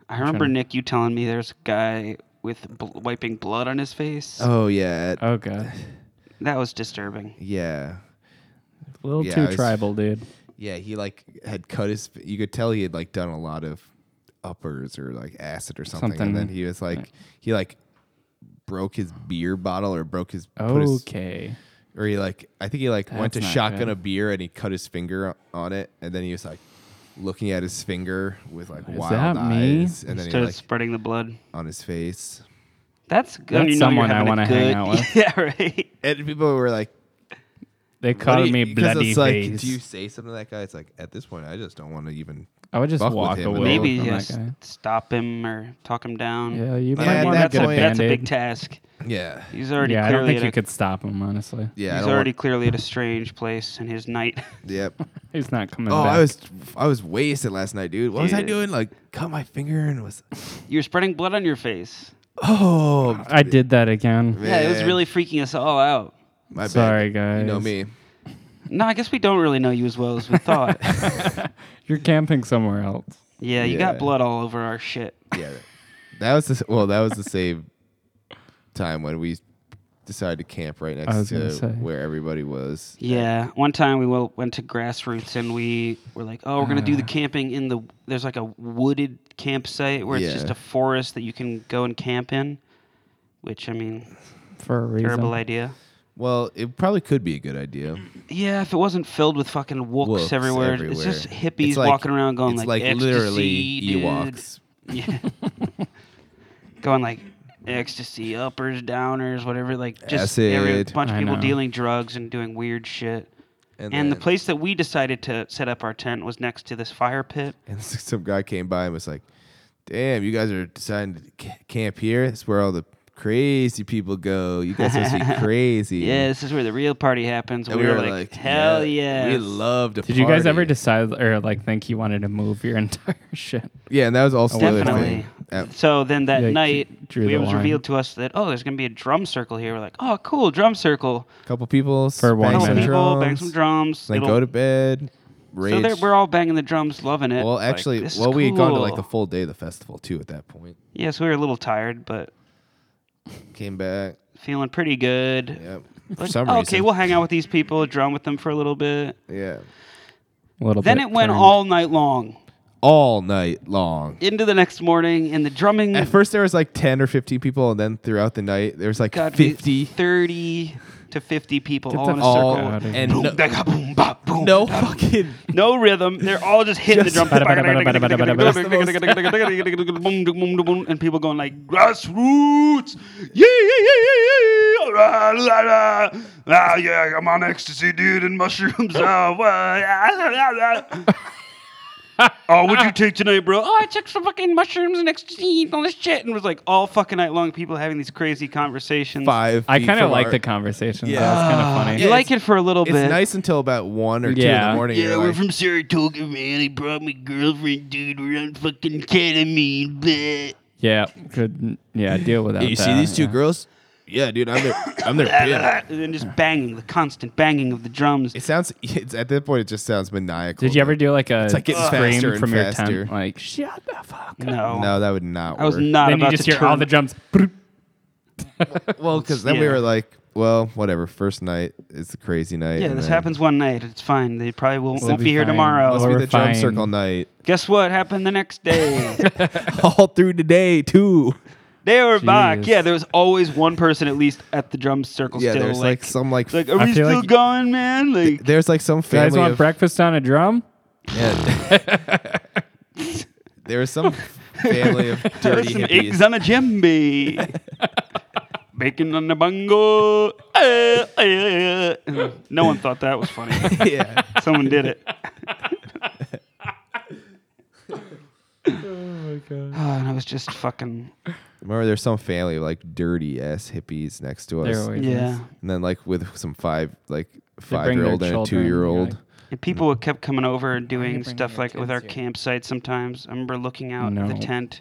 [SPEAKER 1] I remember Nick, you telling me there's a guy with bl- wiping blood on his face.
[SPEAKER 3] [laughs] oh yeah,
[SPEAKER 1] Uh,
[SPEAKER 2] Oh, God.
[SPEAKER 1] That was disturbing.
[SPEAKER 3] yeah,
[SPEAKER 2] A little
[SPEAKER 3] Yeah,
[SPEAKER 2] too
[SPEAKER 3] I was-
[SPEAKER 2] tribal, dude.
[SPEAKER 3] yeah. He like had cut his. You could tell he had like done a lot of uppers or like acid or something,
[SPEAKER 2] Something.
[SPEAKER 3] and then he was like he like broke his beer bottle or broke his, put his
[SPEAKER 2] okay.
[SPEAKER 3] or he like I think he like went
[SPEAKER 2] That's
[SPEAKER 3] to
[SPEAKER 2] not
[SPEAKER 3] shotgun
[SPEAKER 2] good.
[SPEAKER 3] a beer and he cut his finger o- on it, and then he was like looking at his finger with like
[SPEAKER 2] Is
[SPEAKER 3] wild
[SPEAKER 2] that me?
[SPEAKER 3] eyes, and then he
[SPEAKER 1] Started
[SPEAKER 3] like
[SPEAKER 1] spreading the blood.
[SPEAKER 3] on his face.
[SPEAKER 1] That's good.
[SPEAKER 2] That's
[SPEAKER 1] you know
[SPEAKER 2] someone I
[SPEAKER 1] want
[SPEAKER 2] wanna
[SPEAKER 1] to
[SPEAKER 2] hang out
[SPEAKER 1] [laughs]
[SPEAKER 2] with.
[SPEAKER 1] yeah, right.
[SPEAKER 3] And people were like,
[SPEAKER 2] They
[SPEAKER 3] What do
[SPEAKER 2] called
[SPEAKER 3] you-
[SPEAKER 2] me
[SPEAKER 3] 'cause
[SPEAKER 2] bloody
[SPEAKER 3] it's like,
[SPEAKER 2] face.
[SPEAKER 3] Do you say something to that guy? It's like at this point, I just don't want to even.
[SPEAKER 2] I would just
[SPEAKER 3] fuck with
[SPEAKER 2] walk
[SPEAKER 3] him and
[SPEAKER 2] away
[SPEAKER 1] Maybe
[SPEAKER 2] from
[SPEAKER 1] just
[SPEAKER 2] that guy.
[SPEAKER 1] stop him or talk him down.
[SPEAKER 2] Yeah, you
[SPEAKER 1] But
[SPEAKER 2] might
[SPEAKER 1] I mean,
[SPEAKER 3] wanna
[SPEAKER 1] that's,
[SPEAKER 3] get
[SPEAKER 1] a,
[SPEAKER 3] a
[SPEAKER 1] that's a big
[SPEAKER 2] Band-Aid.
[SPEAKER 1] task.
[SPEAKER 3] Yeah,
[SPEAKER 1] He's already
[SPEAKER 2] yeah, I don't
[SPEAKER 1] clearly.
[SPEAKER 2] think
[SPEAKER 1] at
[SPEAKER 2] you
[SPEAKER 1] a-
[SPEAKER 2] could stop him, honestly.
[SPEAKER 3] yeah. I
[SPEAKER 1] He's
[SPEAKER 3] don't
[SPEAKER 1] already clearly at a strange place in his night. [laughs]
[SPEAKER 3] Want, yep.
[SPEAKER 2] He's not coming
[SPEAKER 3] Oh,
[SPEAKER 2] back.
[SPEAKER 3] I was I was wasted last night, dude. What was I
[SPEAKER 1] Dude.
[SPEAKER 3] doing? Like cut my finger and was
[SPEAKER 1] You're spreading blood on your face.
[SPEAKER 3] oh
[SPEAKER 2] I did that again.
[SPEAKER 1] Yeah, it was
[SPEAKER 3] Man.
[SPEAKER 1] really freaking us all out.
[SPEAKER 3] my bad.
[SPEAKER 2] Sorry,
[SPEAKER 3] You know
[SPEAKER 2] guys.
[SPEAKER 3] me.
[SPEAKER 1] No, I guess we don't really know you as well as we
[SPEAKER 2] [laughs]
[SPEAKER 1] thought.
[SPEAKER 2] You're camping somewhere else.
[SPEAKER 1] yeah, you
[SPEAKER 3] Yeah.
[SPEAKER 1] got blood all over our shit.
[SPEAKER 3] Yeah, that was the, s- well. That was the same time when we decided to camp right
[SPEAKER 2] I
[SPEAKER 3] next
[SPEAKER 2] was gonna
[SPEAKER 3] to
[SPEAKER 2] say.
[SPEAKER 3] where everybody was.
[SPEAKER 1] Yeah, one time we wel- went to Grassroots and we were like, "Oh, we're gonna
[SPEAKER 2] Uh.
[SPEAKER 1] do the camping in the there's like a wooded campsite where it's just
[SPEAKER 3] Yeah.
[SPEAKER 1] a forest that you can go and camp in." Which I mean,
[SPEAKER 2] For a reason.
[SPEAKER 1] terrible idea.
[SPEAKER 3] Well, it probably could be a good idea.
[SPEAKER 1] Yeah, if it wasn't filled with fucking wooks,
[SPEAKER 3] Wooks
[SPEAKER 1] everywhere, it's just
[SPEAKER 3] everywhere.
[SPEAKER 1] hippies
[SPEAKER 3] It's like-
[SPEAKER 1] walking around going
[SPEAKER 3] it's
[SPEAKER 1] like,
[SPEAKER 3] like literally
[SPEAKER 1] "Ecstasy, dude."
[SPEAKER 3] Ewoks.
[SPEAKER 1] Yeah. Going like ecstasy, uppers, downers, whatever. Like just every
[SPEAKER 3] Acid.
[SPEAKER 1] bunch of
[SPEAKER 2] I
[SPEAKER 1] people
[SPEAKER 2] know.
[SPEAKER 1] dealing drugs and doing weird shit. And, the
[SPEAKER 3] then-
[SPEAKER 1] place that we decided to set up our tent was next to this fire pit.
[SPEAKER 3] And [laughs] some guy came by and was like, "Damn, you guys are deciding to ca- camp here. That's where all the crazy people go. You guys supposed to
[SPEAKER 1] [laughs]
[SPEAKER 3] be crazy."
[SPEAKER 1] Yeah, this is where the real party happens.
[SPEAKER 3] And
[SPEAKER 1] we, were, like, hell yeah.
[SPEAKER 3] we love to."
[SPEAKER 2] Did you guys ever
[SPEAKER 3] party."
[SPEAKER 2] decide or like think you wanted to move your [laughs] entire shit?
[SPEAKER 3] Yeah, and that was also
[SPEAKER 1] Definitely.
[SPEAKER 3] the other thing. Uh,
[SPEAKER 1] So then that
[SPEAKER 2] Yeah,
[SPEAKER 1] night,
[SPEAKER 2] drew the
[SPEAKER 1] it was
[SPEAKER 2] line.
[SPEAKER 1] revealed to us that, oh, there's going to be a drum circle here. We're like, oh, cool, drum circle.
[SPEAKER 3] couple people
[SPEAKER 2] For one
[SPEAKER 3] banged
[SPEAKER 1] Couple
[SPEAKER 3] some
[SPEAKER 2] minute.
[SPEAKER 1] people, bang
[SPEAKER 3] drums,
[SPEAKER 1] some drums.
[SPEAKER 3] Then
[SPEAKER 1] it'll-
[SPEAKER 3] go to bed.
[SPEAKER 1] So
[SPEAKER 3] Rage.
[SPEAKER 1] there- we're all banging the drums, loving it.
[SPEAKER 3] well,
[SPEAKER 1] Like,
[SPEAKER 3] actually,
[SPEAKER 1] this is
[SPEAKER 3] well, we had gone to like
[SPEAKER 1] cool.
[SPEAKER 3] the full day of the festival too at that point.
[SPEAKER 1] Yes, we were a little tired, but
[SPEAKER 3] Came back.
[SPEAKER 1] feeling pretty good.
[SPEAKER 3] Yep. For
[SPEAKER 1] Like,
[SPEAKER 3] some
[SPEAKER 1] okay,
[SPEAKER 3] reason.
[SPEAKER 1] we'll hang out with these people, drum with them for a little bit.
[SPEAKER 3] Yeah.
[SPEAKER 2] Little
[SPEAKER 1] Then
[SPEAKER 2] bit
[SPEAKER 1] it went
[SPEAKER 2] turned.
[SPEAKER 1] all night long
[SPEAKER 3] all night long.
[SPEAKER 1] into the next morning, and the drumming
[SPEAKER 3] At first, there was like ten or fifteen people, and then throughout the night, there was like
[SPEAKER 1] got me
[SPEAKER 3] fifty.
[SPEAKER 1] 30 to 50 people all in a
[SPEAKER 3] all-
[SPEAKER 1] circle.
[SPEAKER 3] and
[SPEAKER 1] Boom,
[SPEAKER 3] no-
[SPEAKER 1] bada, boom, bop, boom,
[SPEAKER 3] no
[SPEAKER 1] bada,
[SPEAKER 3] fucking
[SPEAKER 1] no rhythm. They're all just hitting the
[SPEAKER 3] Just-
[SPEAKER 1] drum.
[SPEAKER 3] Bada, bada, bada, bada, bada, bada,
[SPEAKER 1] Boom, boom, boom, boom, and people going like grassroots. Yeah, yeah, yeah, yeah, yeah. La, la, la. Ah, yeah, I'm on ecstasy, dude, and [laughs] mushrooms. Oh, wha- ah, ah, ah, ah. oh, what'd you take tonight, bro? Oh, I took some fucking mushrooms and ecstasy and all this shit, and it was like all fucking night long. People having these crazy conversations.
[SPEAKER 3] Five.
[SPEAKER 2] I
[SPEAKER 3] feet
[SPEAKER 2] kind of
[SPEAKER 3] from
[SPEAKER 2] like
[SPEAKER 3] our-
[SPEAKER 2] the conversation. Yeah, though. it's kind of funny.
[SPEAKER 1] You like it for a little
[SPEAKER 3] It's
[SPEAKER 1] bit.
[SPEAKER 3] nice until about one or two in
[SPEAKER 2] Yeah.
[SPEAKER 3] the
[SPEAKER 1] [laughs]
[SPEAKER 3] morning.
[SPEAKER 1] Yeah,
[SPEAKER 3] you're
[SPEAKER 1] we're
[SPEAKER 3] like,
[SPEAKER 1] from Saratoga, man. He brought my girlfriend, dude. We're on fucking ketamine, bleh.
[SPEAKER 2] Yeah, could yeah deal with that.
[SPEAKER 3] "Hey, you see these two girls? Yeah, dude, I'm their,
[SPEAKER 1] [laughs]
[SPEAKER 3] I'm their pimp.
[SPEAKER 1] and then just banging, the constant banging of the drums.
[SPEAKER 3] It sounds. [laughs] It's at that point. It just sounds maniacal.
[SPEAKER 2] Did you ever do like a
[SPEAKER 3] It's like getting
[SPEAKER 2] scream
[SPEAKER 3] faster and
[SPEAKER 2] from your
[SPEAKER 3] faster.
[SPEAKER 2] tent? Like shut the fuck.
[SPEAKER 1] No.
[SPEAKER 3] No, that would not.
[SPEAKER 1] I was
[SPEAKER 3] work.
[SPEAKER 1] not
[SPEAKER 2] Then you
[SPEAKER 1] about
[SPEAKER 2] just
[SPEAKER 1] to
[SPEAKER 2] hear
[SPEAKER 1] turn.
[SPEAKER 2] all the drums.
[SPEAKER 3] Well, because then we
[SPEAKER 1] Yeah.
[SPEAKER 3] were like, well, whatever. First night, it's a crazy night.
[SPEAKER 1] yeah,
[SPEAKER 3] and
[SPEAKER 1] this
[SPEAKER 3] then
[SPEAKER 1] happens one night. It's fine. They probably won't,
[SPEAKER 2] This'll
[SPEAKER 1] won't
[SPEAKER 2] be
[SPEAKER 1] be, here
[SPEAKER 2] fine.
[SPEAKER 1] tomorrow.
[SPEAKER 3] Must
[SPEAKER 2] Or
[SPEAKER 3] be
[SPEAKER 2] we're
[SPEAKER 3] the drum
[SPEAKER 2] fine.
[SPEAKER 3] circle night.
[SPEAKER 1] Guess what happened the next
[SPEAKER 2] [laughs]
[SPEAKER 1] day?
[SPEAKER 3] All through the day too.
[SPEAKER 1] they were back.
[SPEAKER 2] Jeez.
[SPEAKER 1] Yeah, there was always one person at least at the drum circle
[SPEAKER 3] Yeah,
[SPEAKER 1] still.
[SPEAKER 3] there's like,
[SPEAKER 1] like,
[SPEAKER 3] some like,
[SPEAKER 1] like, oh, are
[SPEAKER 2] I
[SPEAKER 1] we
[SPEAKER 2] feel
[SPEAKER 1] still
[SPEAKER 2] like-
[SPEAKER 1] going, man? Like,
[SPEAKER 3] there's like some
[SPEAKER 2] Guys
[SPEAKER 3] family.
[SPEAKER 2] want
[SPEAKER 3] of-
[SPEAKER 2] breakfast on a drum?
[SPEAKER 3] yeah. there was some family of dirty
[SPEAKER 1] some
[SPEAKER 3] hippies.
[SPEAKER 1] eggs on a djembe.
[SPEAKER 2] [laughs]
[SPEAKER 1] Bacon on a bungo. Eh, eh. No one thought that was
[SPEAKER 2] [laughs]
[SPEAKER 1] funny.
[SPEAKER 3] [laughs] yeah.
[SPEAKER 1] Someone did it. oh my god! [sighs] and I was just fucking
[SPEAKER 3] Remember, there's some family of like dirty ass hippies next to
[SPEAKER 2] There
[SPEAKER 3] us,
[SPEAKER 2] always is.
[SPEAKER 1] yeah.
[SPEAKER 3] and then like with some five like
[SPEAKER 2] their
[SPEAKER 3] five year old and a
[SPEAKER 2] children,
[SPEAKER 3] two year old.
[SPEAKER 2] like-
[SPEAKER 1] And people
[SPEAKER 2] Mm.
[SPEAKER 1] would kept coming over and doing stuff like with our
[SPEAKER 2] here?
[SPEAKER 1] campsite. Sometimes I remember looking out
[SPEAKER 2] No.
[SPEAKER 1] the tent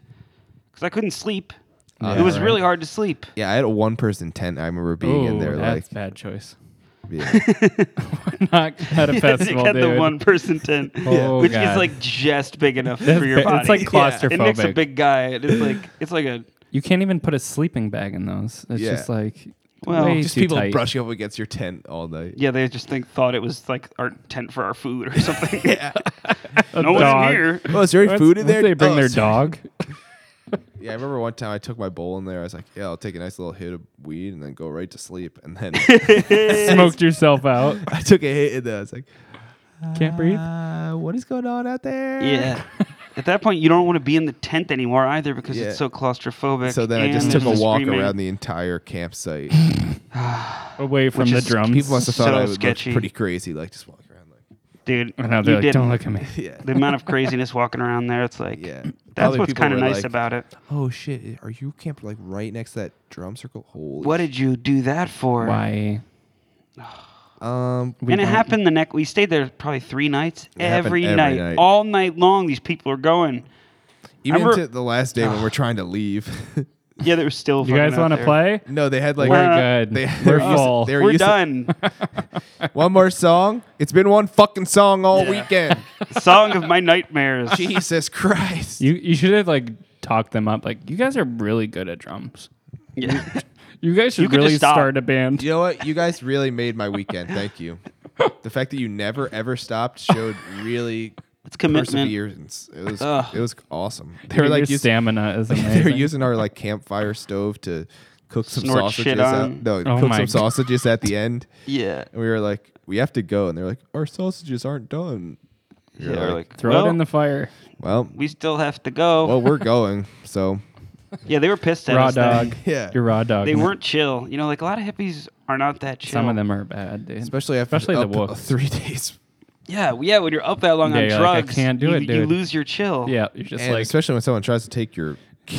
[SPEAKER 1] because I couldn't sleep.
[SPEAKER 3] Yeah,
[SPEAKER 1] it was
[SPEAKER 2] right.
[SPEAKER 1] really hard to sleep.
[SPEAKER 3] Yeah, I had a one person tent. I remember being in
[SPEAKER 2] Ooh,
[SPEAKER 3] there
[SPEAKER 2] that's
[SPEAKER 3] like,
[SPEAKER 1] [laughs]
[SPEAKER 2] bad choice. [laughs]
[SPEAKER 3] yeah. [laughs]
[SPEAKER 2] Not at a festival,
[SPEAKER 1] you got
[SPEAKER 2] dude.
[SPEAKER 1] the one person
[SPEAKER 2] [laughs]
[SPEAKER 1] tent,
[SPEAKER 2] Oh,
[SPEAKER 1] which is
[SPEAKER 2] God.
[SPEAKER 1] like just big enough
[SPEAKER 2] That's
[SPEAKER 1] for
[SPEAKER 2] ba-
[SPEAKER 1] your body.
[SPEAKER 2] It's like claustrophobic.
[SPEAKER 1] It makes a big guy. It is like it's like a
[SPEAKER 2] You can't even put a sleeping bag in those. It's
[SPEAKER 3] Yeah.
[SPEAKER 2] just like
[SPEAKER 1] Well,
[SPEAKER 2] way
[SPEAKER 3] just
[SPEAKER 2] too
[SPEAKER 3] people
[SPEAKER 2] tight.
[SPEAKER 3] brushing up against your tent all night.
[SPEAKER 1] yeah. They just think thought it was like our tent for our food or [laughs] something.
[SPEAKER 2] A
[SPEAKER 1] no
[SPEAKER 2] dog.
[SPEAKER 1] one's here.
[SPEAKER 3] Oh, is there any
[SPEAKER 2] What's-
[SPEAKER 3] food in
[SPEAKER 2] what's
[SPEAKER 3] there?
[SPEAKER 2] They bring
[SPEAKER 3] Oh,
[SPEAKER 2] their
[SPEAKER 3] sorry.
[SPEAKER 2] dog. [laughs]
[SPEAKER 3] Yeah, I remember one time I took my bowl in there. I was like, "Yeah, I'll take a nice little hit of weed and then go right to sleep."
[SPEAKER 2] [laughs]
[SPEAKER 3] And then
[SPEAKER 2] Smoked yourself out.
[SPEAKER 3] I took a hit and then I was like,
[SPEAKER 2] Can't breathe.
[SPEAKER 3] uh, "What is going on out there?"
[SPEAKER 1] Yeah. At that point, you don't want to be in the tent anymore either because
[SPEAKER 3] Yeah.
[SPEAKER 1] it's so claustrophobic.
[SPEAKER 3] So then I
[SPEAKER 1] and
[SPEAKER 3] just took a
[SPEAKER 1] there's the
[SPEAKER 3] walk
[SPEAKER 1] screaming.
[SPEAKER 3] around the
[SPEAKER 2] [laughs]
[SPEAKER 3] entire campsite.
[SPEAKER 2] Away from
[SPEAKER 1] Which
[SPEAKER 2] the
[SPEAKER 1] is-
[SPEAKER 2] drums. [laughs]
[SPEAKER 3] People must have thought
[SPEAKER 1] So
[SPEAKER 3] I was
[SPEAKER 1] sketchy.
[SPEAKER 3] pretty crazy, like just walking around, like [laughs]
[SPEAKER 1] dude.
[SPEAKER 2] and now
[SPEAKER 1] you
[SPEAKER 2] they're like,
[SPEAKER 1] did
[SPEAKER 2] don't look at me.
[SPEAKER 1] [laughs]
[SPEAKER 3] yeah,
[SPEAKER 1] The amount of craziness walking around there, it's like
[SPEAKER 3] [laughs] yeah.
[SPEAKER 1] that's
[SPEAKER 3] Probably
[SPEAKER 1] what's
[SPEAKER 3] people
[SPEAKER 1] kind of
[SPEAKER 3] were
[SPEAKER 1] nice
[SPEAKER 3] like,
[SPEAKER 1] about it.
[SPEAKER 3] Oh shit, are you camped like right next to that drum circle? Holy
[SPEAKER 1] What did you do that for?
[SPEAKER 2] Why?
[SPEAKER 3] Um,
[SPEAKER 2] we
[SPEAKER 1] and it
[SPEAKER 2] don't-
[SPEAKER 1] happened the next. We stayed there probably three nights.
[SPEAKER 3] It happened
[SPEAKER 1] Every,
[SPEAKER 3] every
[SPEAKER 1] night,
[SPEAKER 3] night.
[SPEAKER 1] all night long, these people are going.
[SPEAKER 3] even
[SPEAKER 1] remember-
[SPEAKER 3] to the last
[SPEAKER 2] [sighs]
[SPEAKER 3] day when we're trying to leave. [laughs]
[SPEAKER 1] Yeah, there was still.
[SPEAKER 2] [laughs] You guys
[SPEAKER 1] want to
[SPEAKER 2] play?
[SPEAKER 3] no, they had like
[SPEAKER 2] We're
[SPEAKER 1] Uh,
[SPEAKER 2] good.
[SPEAKER 3] they-
[SPEAKER 2] We're
[SPEAKER 3] they used-
[SPEAKER 2] full.
[SPEAKER 3] they- They're
[SPEAKER 1] We're
[SPEAKER 3] used to-
[SPEAKER 2] [laughs]
[SPEAKER 1] done.
[SPEAKER 3] one more song. It's been one fucking song
[SPEAKER 2] [laughs]
[SPEAKER 3] all weekend.
[SPEAKER 1] Song of my nightmares.
[SPEAKER 3] Jesus Christ.
[SPEAKER 2] You you should have like talked them up. Like you guys are really good at drums.
[SPEAKER 1] Yeah.
[SPEAKER 2] You guys should
[SPEAKER 1] You could just
[SPEAKER 2] really
[SPEAKER 1] stop.
[SPEAKER 2] start a band.
[SPEAKER 3] You know what? You guys really made my weekend. Thank you. The fact that you never ever stopped showed really
[SPEAKER 1] It's commitment.
[SPEAKER 3] perseverance. It was
[SPEAKER 1] Ugh.
[SPEAKER 3] it was awesome. They
[SPEAKER 2] Your,
[SPEAKER 3] were like
[SPEAKER 2] your
[SPEAKER 3] using,
[SPEAKER 2] stamina [laughs] is
[SPEAKER 3] [laughs] they
[SPEAKER 2] amazing.
[SPEAKER 3] were using our like campfire stove to cook some
[SPEAKER 1] Snort shit
[SPEAKER 3] sausages. Out,
[SPEAKER 1] on.
[SPEAKER 3] no,
[SPEAKER 2] Oh
[SPEAKER 3] cook
[SPEAKER 2] my [laughs]
[SPEAKER 3] some
[SPEAKER 2] God.
[SPEAKER 3] sausages at the end,
[SPEAKER 1] Yeah.
[SPEAKER 3] and we were like, we have to go, and they're like, our sausages aren't done. We
[SPEAKER 1] Yeah.
[SPEAKER 3] were
[SPEAKER 1] we're
[SPEAKER 3] like,
[SPEAKER 1] like,
[SPEAKER 2] Throw
[SPEAKER 1] well,
[SPEAKER 2] it in the fire.
[SPEAKER 3] well,
[SPEAKER 1] We still have to go.
[SPEAKER 3] well, we're going. So
[SPEAKER 1] yeah, they were pissed at
[SPEAKER 2] Raw
[SPEAKER 1] us. that-
[SPEAKER 2] dog. [laughs]
[SPEAKER 3] yeah,
[SPEAKER 2] Your raw dog.
[SPEAKER 1] They weren't chill. You know, like a lot of hippies are not that chill.
[SPEAKER 2] Some of them are bad, dude.
[SPEAKER 3] especially after
[SPEAKER 2] especially the
[SPEAKER 3] up
[SPEAKER 2] wolf.
[SPEAKER 3] three [laughs] days,
[SPEAKER 1] Yeah, well, yeah. When you're up that long
[SPEAKER 2] Yeah,
[SPEAKER 1] on
[SPEAKER 2] you're like, I
[SPEAKER 1] drugs,
[SPEAKER 2] can't do
[SPEAKER 1] you,
[SPEAKER 2] it,
[SPEAKER 1] you
[SPEAKER 2] dude.
[SPEAKER 1] lose your chill.
[SPEAKER 2] Yeah, you're just
[SPEAKER 3] and
[SPEAKER 2] like
[SPEAKER 3] especially when someone tries to take your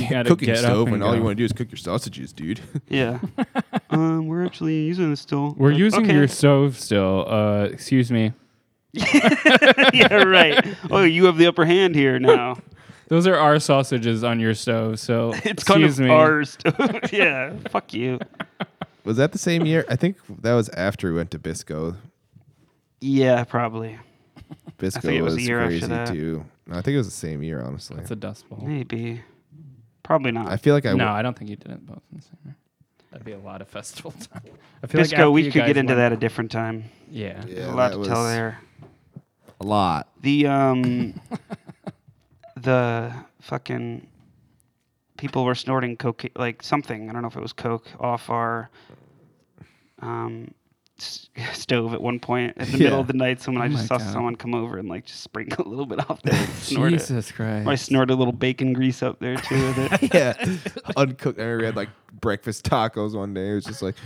[SPEAKER 2] gotta
[SPEAKER 3] cooking
[SPEAKER 2] get up
[SPEAKER 3] stove,
[SPEAKER 2] and
[SPEAKER 3] and all you
[SPEAKER 2] go.
[SPEAKER 3] want to do is cook your sausages, dude. [laughs]
[SPEAKER 1] Yeah.
[SPEAKER 2] [laughs]
[SPEAKER 1] um, we're actually using this still.
[SPEAKER 2] we're
[SPEAKER 1] Like,
[SPEAKER 2] using
[SPEAKER 1] okay. [laughs]
[SPEAKER 2] your stove still. Uh, excuse me.
[SPEAKER 1] yeah, right. Oh, you have the upper hand here now.
[SPEAKER 2] Those are our sausages on your stove. So
[SPEAKER 1] [laughs] It's kind
[SPEAKER 2] excuse
[SPEAKER 1] of
[SPEAKER 2] me.
[SPEAKER 1] ours. [laughs] yeah. Fuck you.
[SPEAKER 3] Was that the same year? I think that was after we went to Bisco.
[SPEAKER 1] Yeah, probably.
[SPEAKER 3] Bisco
[SPEAKER 1] it was
[SPEAKER 3] was,
[SPEAKER 1] the year after
[SPEAKER 3] crazy
[SPEAKER 1] that.
[SPEAKER 3] too. No, I think it was the same year, honestly.
[SPEAKER 2] It's a dust bowl.
[SPEAKER 1] Maybe. Probably not.
[SPEAKER 3] I feel like I
[SPEAKER 2] no,
[SPEAKER 3] wa-
[SPEAKER 2] I don't think you did it both in the same year. That'd be a lot of festival [laughs] time.
[SPEAKER 1] Disco,
[SPEAKER 2] after
[SPEAKER 1] we
[SPEAKER 2] you
[SPEAKER 1] could get
[SPEAKER 2] guys
[SPEAKER 1] into
[SPEAKER 2] went-
[SPEAKER 1] that a different time.
[SPEAKER 2] Yeah.
[SPEAKER 1] There's a lot
[SPEAKER 3] that
[SPEAKER 1] to tell
[SPEAKER 3] was
[SPEAKER 1] there.
[SPEAKER 3] A lot. [laughs]
[SPEAKER 1] The
[SPEAKER 2] [laughs]
[SPEAKER 1] um, the fucking people were snorting coke, like something. I don't know if it was coke off our um s- [laughs] stove at one point in the middle
[SPEAKER 2] Yeah.
[SPEAKER 1] of the night. Someone I
[SPEAKER 2] Oh
[SPEAKER 1] just
[SPEAKER 2] my
[SPEAKER 1] saw
[SPEAKER 2] God.
[SPEAKER 1] someone come over and like just sprinkle a little bit off there. and snort it.
[SPEAKER 2] Jesus
[SPEAKER 1] Or I
[SPEAKER 2] Christ.
[SPEAKER 1] snorted a little bacon grease up there too
[SPEAKER 2] [laughs]
[SPEAKER 1] with it.
[SPEAKER 3] yeah,
[SPEAKER 1] [laughs]
[SPEAKER 3] uncooked. I remember we had like breakfast tacos one day. It was just like,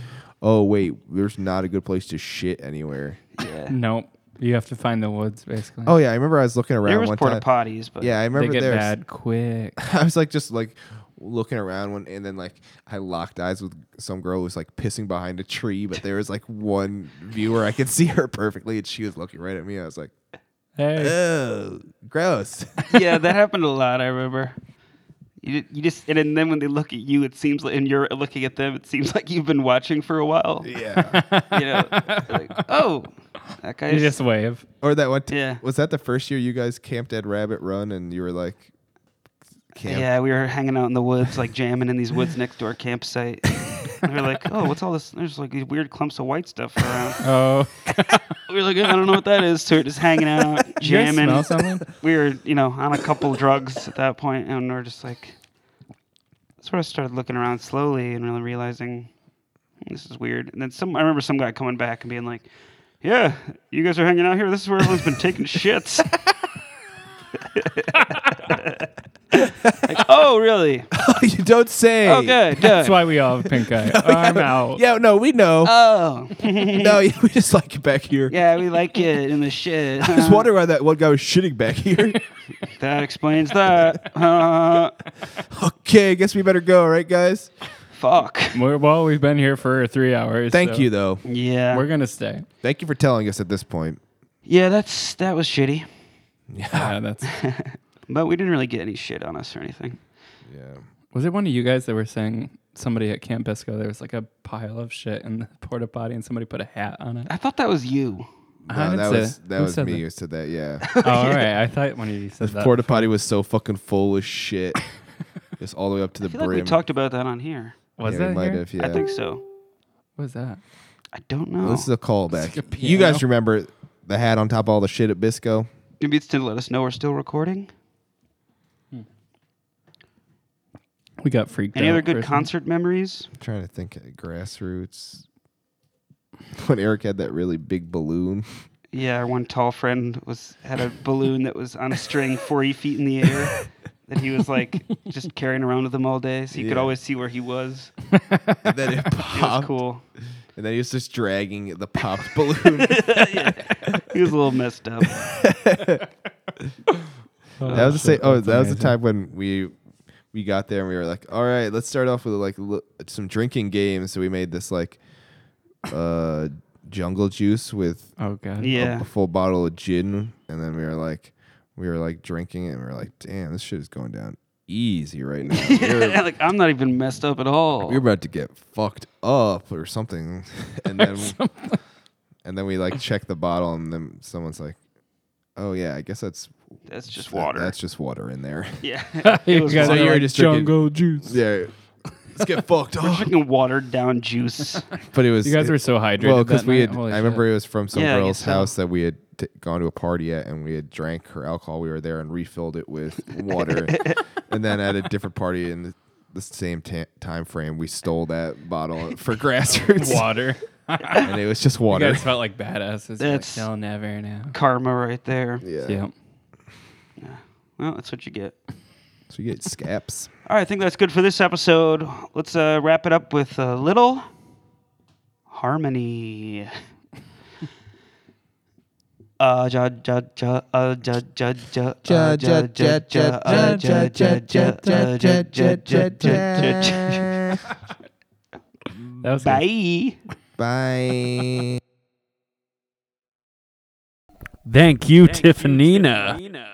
[SPEAKER 3] oh wait, there's not a good place to shit anywhere.
[SPEAKER 1] Yeah.
[SPEAKER 2] Nope. You have to find the woods, basically.
[SPEAKER 3] Oh yeah, I remember I was looking around.
[SPEAKER 1] There was
[SPEAKER 3] one
[SPEAKER 1] porta
[SPEAKER 3] time.
[SPEAKER 1] potties, but
[SPEAKER 3] yeah, I remember
[SPEAKER 2] they get
[SPEAKER 3] there was-
[SPEAKER 2] bad
[SPEAKER 3] [laughs]
[SPEAKER 2] quick.
[SPEAKER 3] I was like just like looking around when and then like I locked eyes with some girl who was like pissing behind a tree, but there was like one viewer I could see her perfectly and she was looking right at me. I was like,
[SPEAKER 2] Hey.
[SPEAKER 3] Oh
[SPEAKER 2] [laughs]
[SPEAKER 3] gross.
[SPEAKER 1] yeah, that happened a lot. I remember. You, you just and, then when they look at you, it seems like and you're looking at them, it seems [laughs] like you've been watching for a while.
[SPEAKER 3] yeah.
[SPEAKER 1] You know, like, oh, that
[SPEAKER 2] You
[SPEAKER 1] guy's
[SPEAKER 2] just wave.
[SPEAKER 3] [laughs] Or that one t-
[SPEAKER 1] Yeah.
[SPEAKER 3] was that the first year you guys camped at Rabbit Run and you were like camp
[SPEAKER 1] Yeah, we were hanging out in the woods, like jamming in these woods next to our campsite. we were like, oh, what's all this? There's like these weird clumps of white stuff around.
[SPEAKER 2] Oh.
[SPEAKER 1] we were like, I don't know what that is. So we we're just hanging out,
[SPEAKER 2] You guys
[SPEAKER 1] jamming.
[SPEAKER 2] smell something?
[SPEAKER 3] [laughs]
[SPEAKER 1] we were, you know, on a couple drugs at that point, and we are just like, that's where I started looking around slowly and really realizing this is weird. And then some, I remember some guy coming back and being like, "Yeah, you guys are hanging out here. This is where everyone's been
[SPEAKER 2] [laughs]
[SPEAKER 1] taking shits." like, oh, really?
[SPEAKER 3] you don't say.
[SPEAKER 1] Okay,
[SPEAKER 2] That's
[SPEAKER 1] Oh, good.
[SPEAKER 2] why we all have
[SPEAKER 3] [laughs]
[SPEAKER 2] pink eye. I'm out.
[SPEAKER 3] Oh, Yeah, no, we know.
[SPEAKER 1] Oh,
[SPEAKER 3] [laughs] no, we just like it back here.
[SPEAKER 1] yeah, we like it in the
[SPEAKER 2] [laughs]
[SPEAKER 1] shit.
[SPEAKER 3] I was
[SPEAKER 1] huh?
[SPEAKER 3] wondering why that one guy was shitting back here.
[SPEAKER 1] [laughs] That explains that. Uh,
[SPEAKER 3] okay, I guess we better go, right, guys?
[SPEAKER 1] fuck.
[SPEAKER 2] We're, well, we've been here for three hours.
[SPEAKER 3] Thank
[SPEAKER 2] so
[SPEAKER 3] you, though.
[SPEAKER 1] Yeah.
[SPEAKER 2] We're gonna stay.
[SPEAKER 3] Thank you for telling us at this point.
[SPEAKER 1] Yeah, that's that was shitty.
[SPEAKER 2] Yeah, that's.
[SPEAKER 1] But we didn't really get any shit on us or anything.
[SPEAKER 3] Yeah.
[SPEAKER 2] Was it one of you guys that were saying somebody at Camp Bisco there was like a pile of shit in the [laughs] porta potty and somebody put a hat on it?
[SPEAKER 1] I thought that was you.
[SPEAKER 2] I
[SPEAKER 3] No,
[SPEAKER 2] didn't
[SPEAKER 3] that
[SPEAKER 2] say
[SPEAKER 3] was
[SPEAKER 2] that.
[SPEAKER 3] that
[SPEAKER 2] Who
[SPEAKER 3] was
[SPEAKER 2] said
[SPEAKER 3] me
[SPEAKER 2] that?
[SPEAKER 3] who said that. Yeah,
[SPEAKER 2] [laughs] Oh,
[SPEAKER 3] [laughs]
[SPEAKER 2] all right. I thought one of you said that.
[SPEAKER 3] porta potty was so fucking full of shit, just all the way up to the
[SPEAKER 1] I feel
[SPEAKER 3] brim.
[SPEAKER 1] like we talked about that on here.
[SPEAKER 2] was
[SPEAKER 3] yeah, we
[SPEAKER 2] that
[SPEAKER 3] might
[SPEAKER 2] here?
[SPEAKER 3] have. Yeah,
[SPEAKER 1] I think so.
[SPEAKER 2] What was that?
[SPEAKER 1] I don't
[SPEAKER 3] Well,
[SPEAKER 1] know.
[SPEAKER 3] this is a callback.
[SPEAKER 2] like a
[SPEAKER 3] you guys
[SPEAKER 2] piano.
[SPEAKER 3] remember the hat on top of all the shit at Bisco?
[SPEAKER 1] Maybe it's to let us know we're still recording.
[SPEAKER 2] We got freaked
[SPEAKER 1] Any
[SPEAKER 2] out.
[SPEAKER 1] other
[SPEAKER 2] for a
[SPEAKER 1] good
[SPEAKER 2] second.
[SPEAKER 1] concert memories?
[SPEAKER 3] I'm trying to think. uh, Grassroots. [laughs] When Eric had that really big balloon. [laughs]
[SPEAKER 1] Yeah, our one tall friend was had a balloon that was on a
[SPEAKER 3] [laughs]
[SPEAKER 1] string forty feet in the air that he was like just carrying around with him all day, so you could
[SPEAKER 3] Yeah.
[SPEAKER 1] always see where he was.
[SPEAKER 3] And then it
[SPEAKER 1] It was
[SPEAKER 3] popped.
[SPEAKER 1] cool.
[SPEAKER 3] And then he was just dragging the popped balloon.
[SPEAKER 1] He was a little messed
[SPEAKER 3] [laughs]
[SPEAKER 1] up.
[SPEAKER 3] that was the same.
[SPEAKER 2] shit,
[SPEAKER 3] Oh,
[SPEAKER 2] that's
[SPEAKER 3] that was the
[SPEAKER 2] amazing.
[SPEAKER 3] time when we we got there and we were like, all right, let's start off with like l- some drinking games. So we made this like uh jungle juice with
[SPEAKER 2] Oh god.
[SPEAKER 1] [laughs]
[SPEAKER 3] a-
[SPEAKER 1] Yeah.
[SPEAKER 3] a full bottle of gin, and then we were like, we were like drinking it, and we were like, damn, this shit is going down easy right now. We were-
[SPEAKER 1] like I'm not even messed up at all.
[SPEAKER 3] we were about to get fucked up or something, [laughs] and then and then we like check the bottle, and then someone's like, oh yeah, I guess that's
[SPEAKER 1] That's just
[SPEAKER 3] that-
[SPEAKER 1] water.
[SPEAKER 3] that's just water in there. [laughs]
[SPEAKER 1] yeah. [laughs]
[SPEAKER 2] You [laughs]
[SPEAKER 1] it was
[SPEAKER 2] guys
[SPEAKER 3] So
[SPEAKER 2] are
[SPEAKER 1] water.
[SPEAKER 3] you were
[SPEAKER 2] like,
[SPEAKER 3] just drinking-
[SPEAKER 2] jungle juice.
[SPEAKER 3] Yeah. Let's get fucked
[SPEAKER 1] We're
[SPEAKER 3] up.
[SPEAKER 1] drinking watered down juice.
[SPEAKER 3] [laughs] But it was
[SPEAKER 2] You guys
[SPEAKER 3] it-
[SPEAKER 2] were so hydrated.
[SPEAKER 3] well because we had.
[SPEAKER 2] Holy
[SPEAKER 3] I
[SPEAKER 2] shit.
[SPEAKER 3] remember it was from some
[SPEAKER 1] Yeah, I
[SPEAKER 3] girl's
[SPEAKER 1] guess so.
[SPEAKER 3] house that we had t- gone to a party at, and we had drank her alcohol. We were there and refilled it with
[SPEAKER 1] [laughs]
[SPEAKER 3] water, and then at a different party in the, the same ta- time frame, we stole that bottle for
[SPEAKER 2] [laughs] [laughs]
[SPEAKER 3] grassroots, [laughs]
[SPEAKER 2] water.
[SPEAKER 3] and it was just
[SPEAKER 2] You
[SPEAKER 3] water.
[SPEAKER 2] guys felt like badasses. You're
[SPEAKER 1] That's-
[SPEAKER 2] Like, They'll never know.
[SPEAKER 1] Karma right there.
[SPEAKER 3] yeah.
[SPEAKER 2] Yep.
[SPEAKER 1] Well, that's what you get.
[SPEAKER 3] So you get scaps.
[SPEAKER 1] All right, I think that's good for this episode. Let's uh, wrap it up with a little harmony. Uh, ja, ja, ja, uh, ja, ja, ja, uh, ja, ja, ja, uh, ja, ja, ja, uh, ja, ja, ja, ja, ja.
[SPEAKER 2] That was good.
[SPEAKER 1] Bye.
[SPEAKER 3] Bye.
[SPEAKER 2] Thank you, Tiffanina.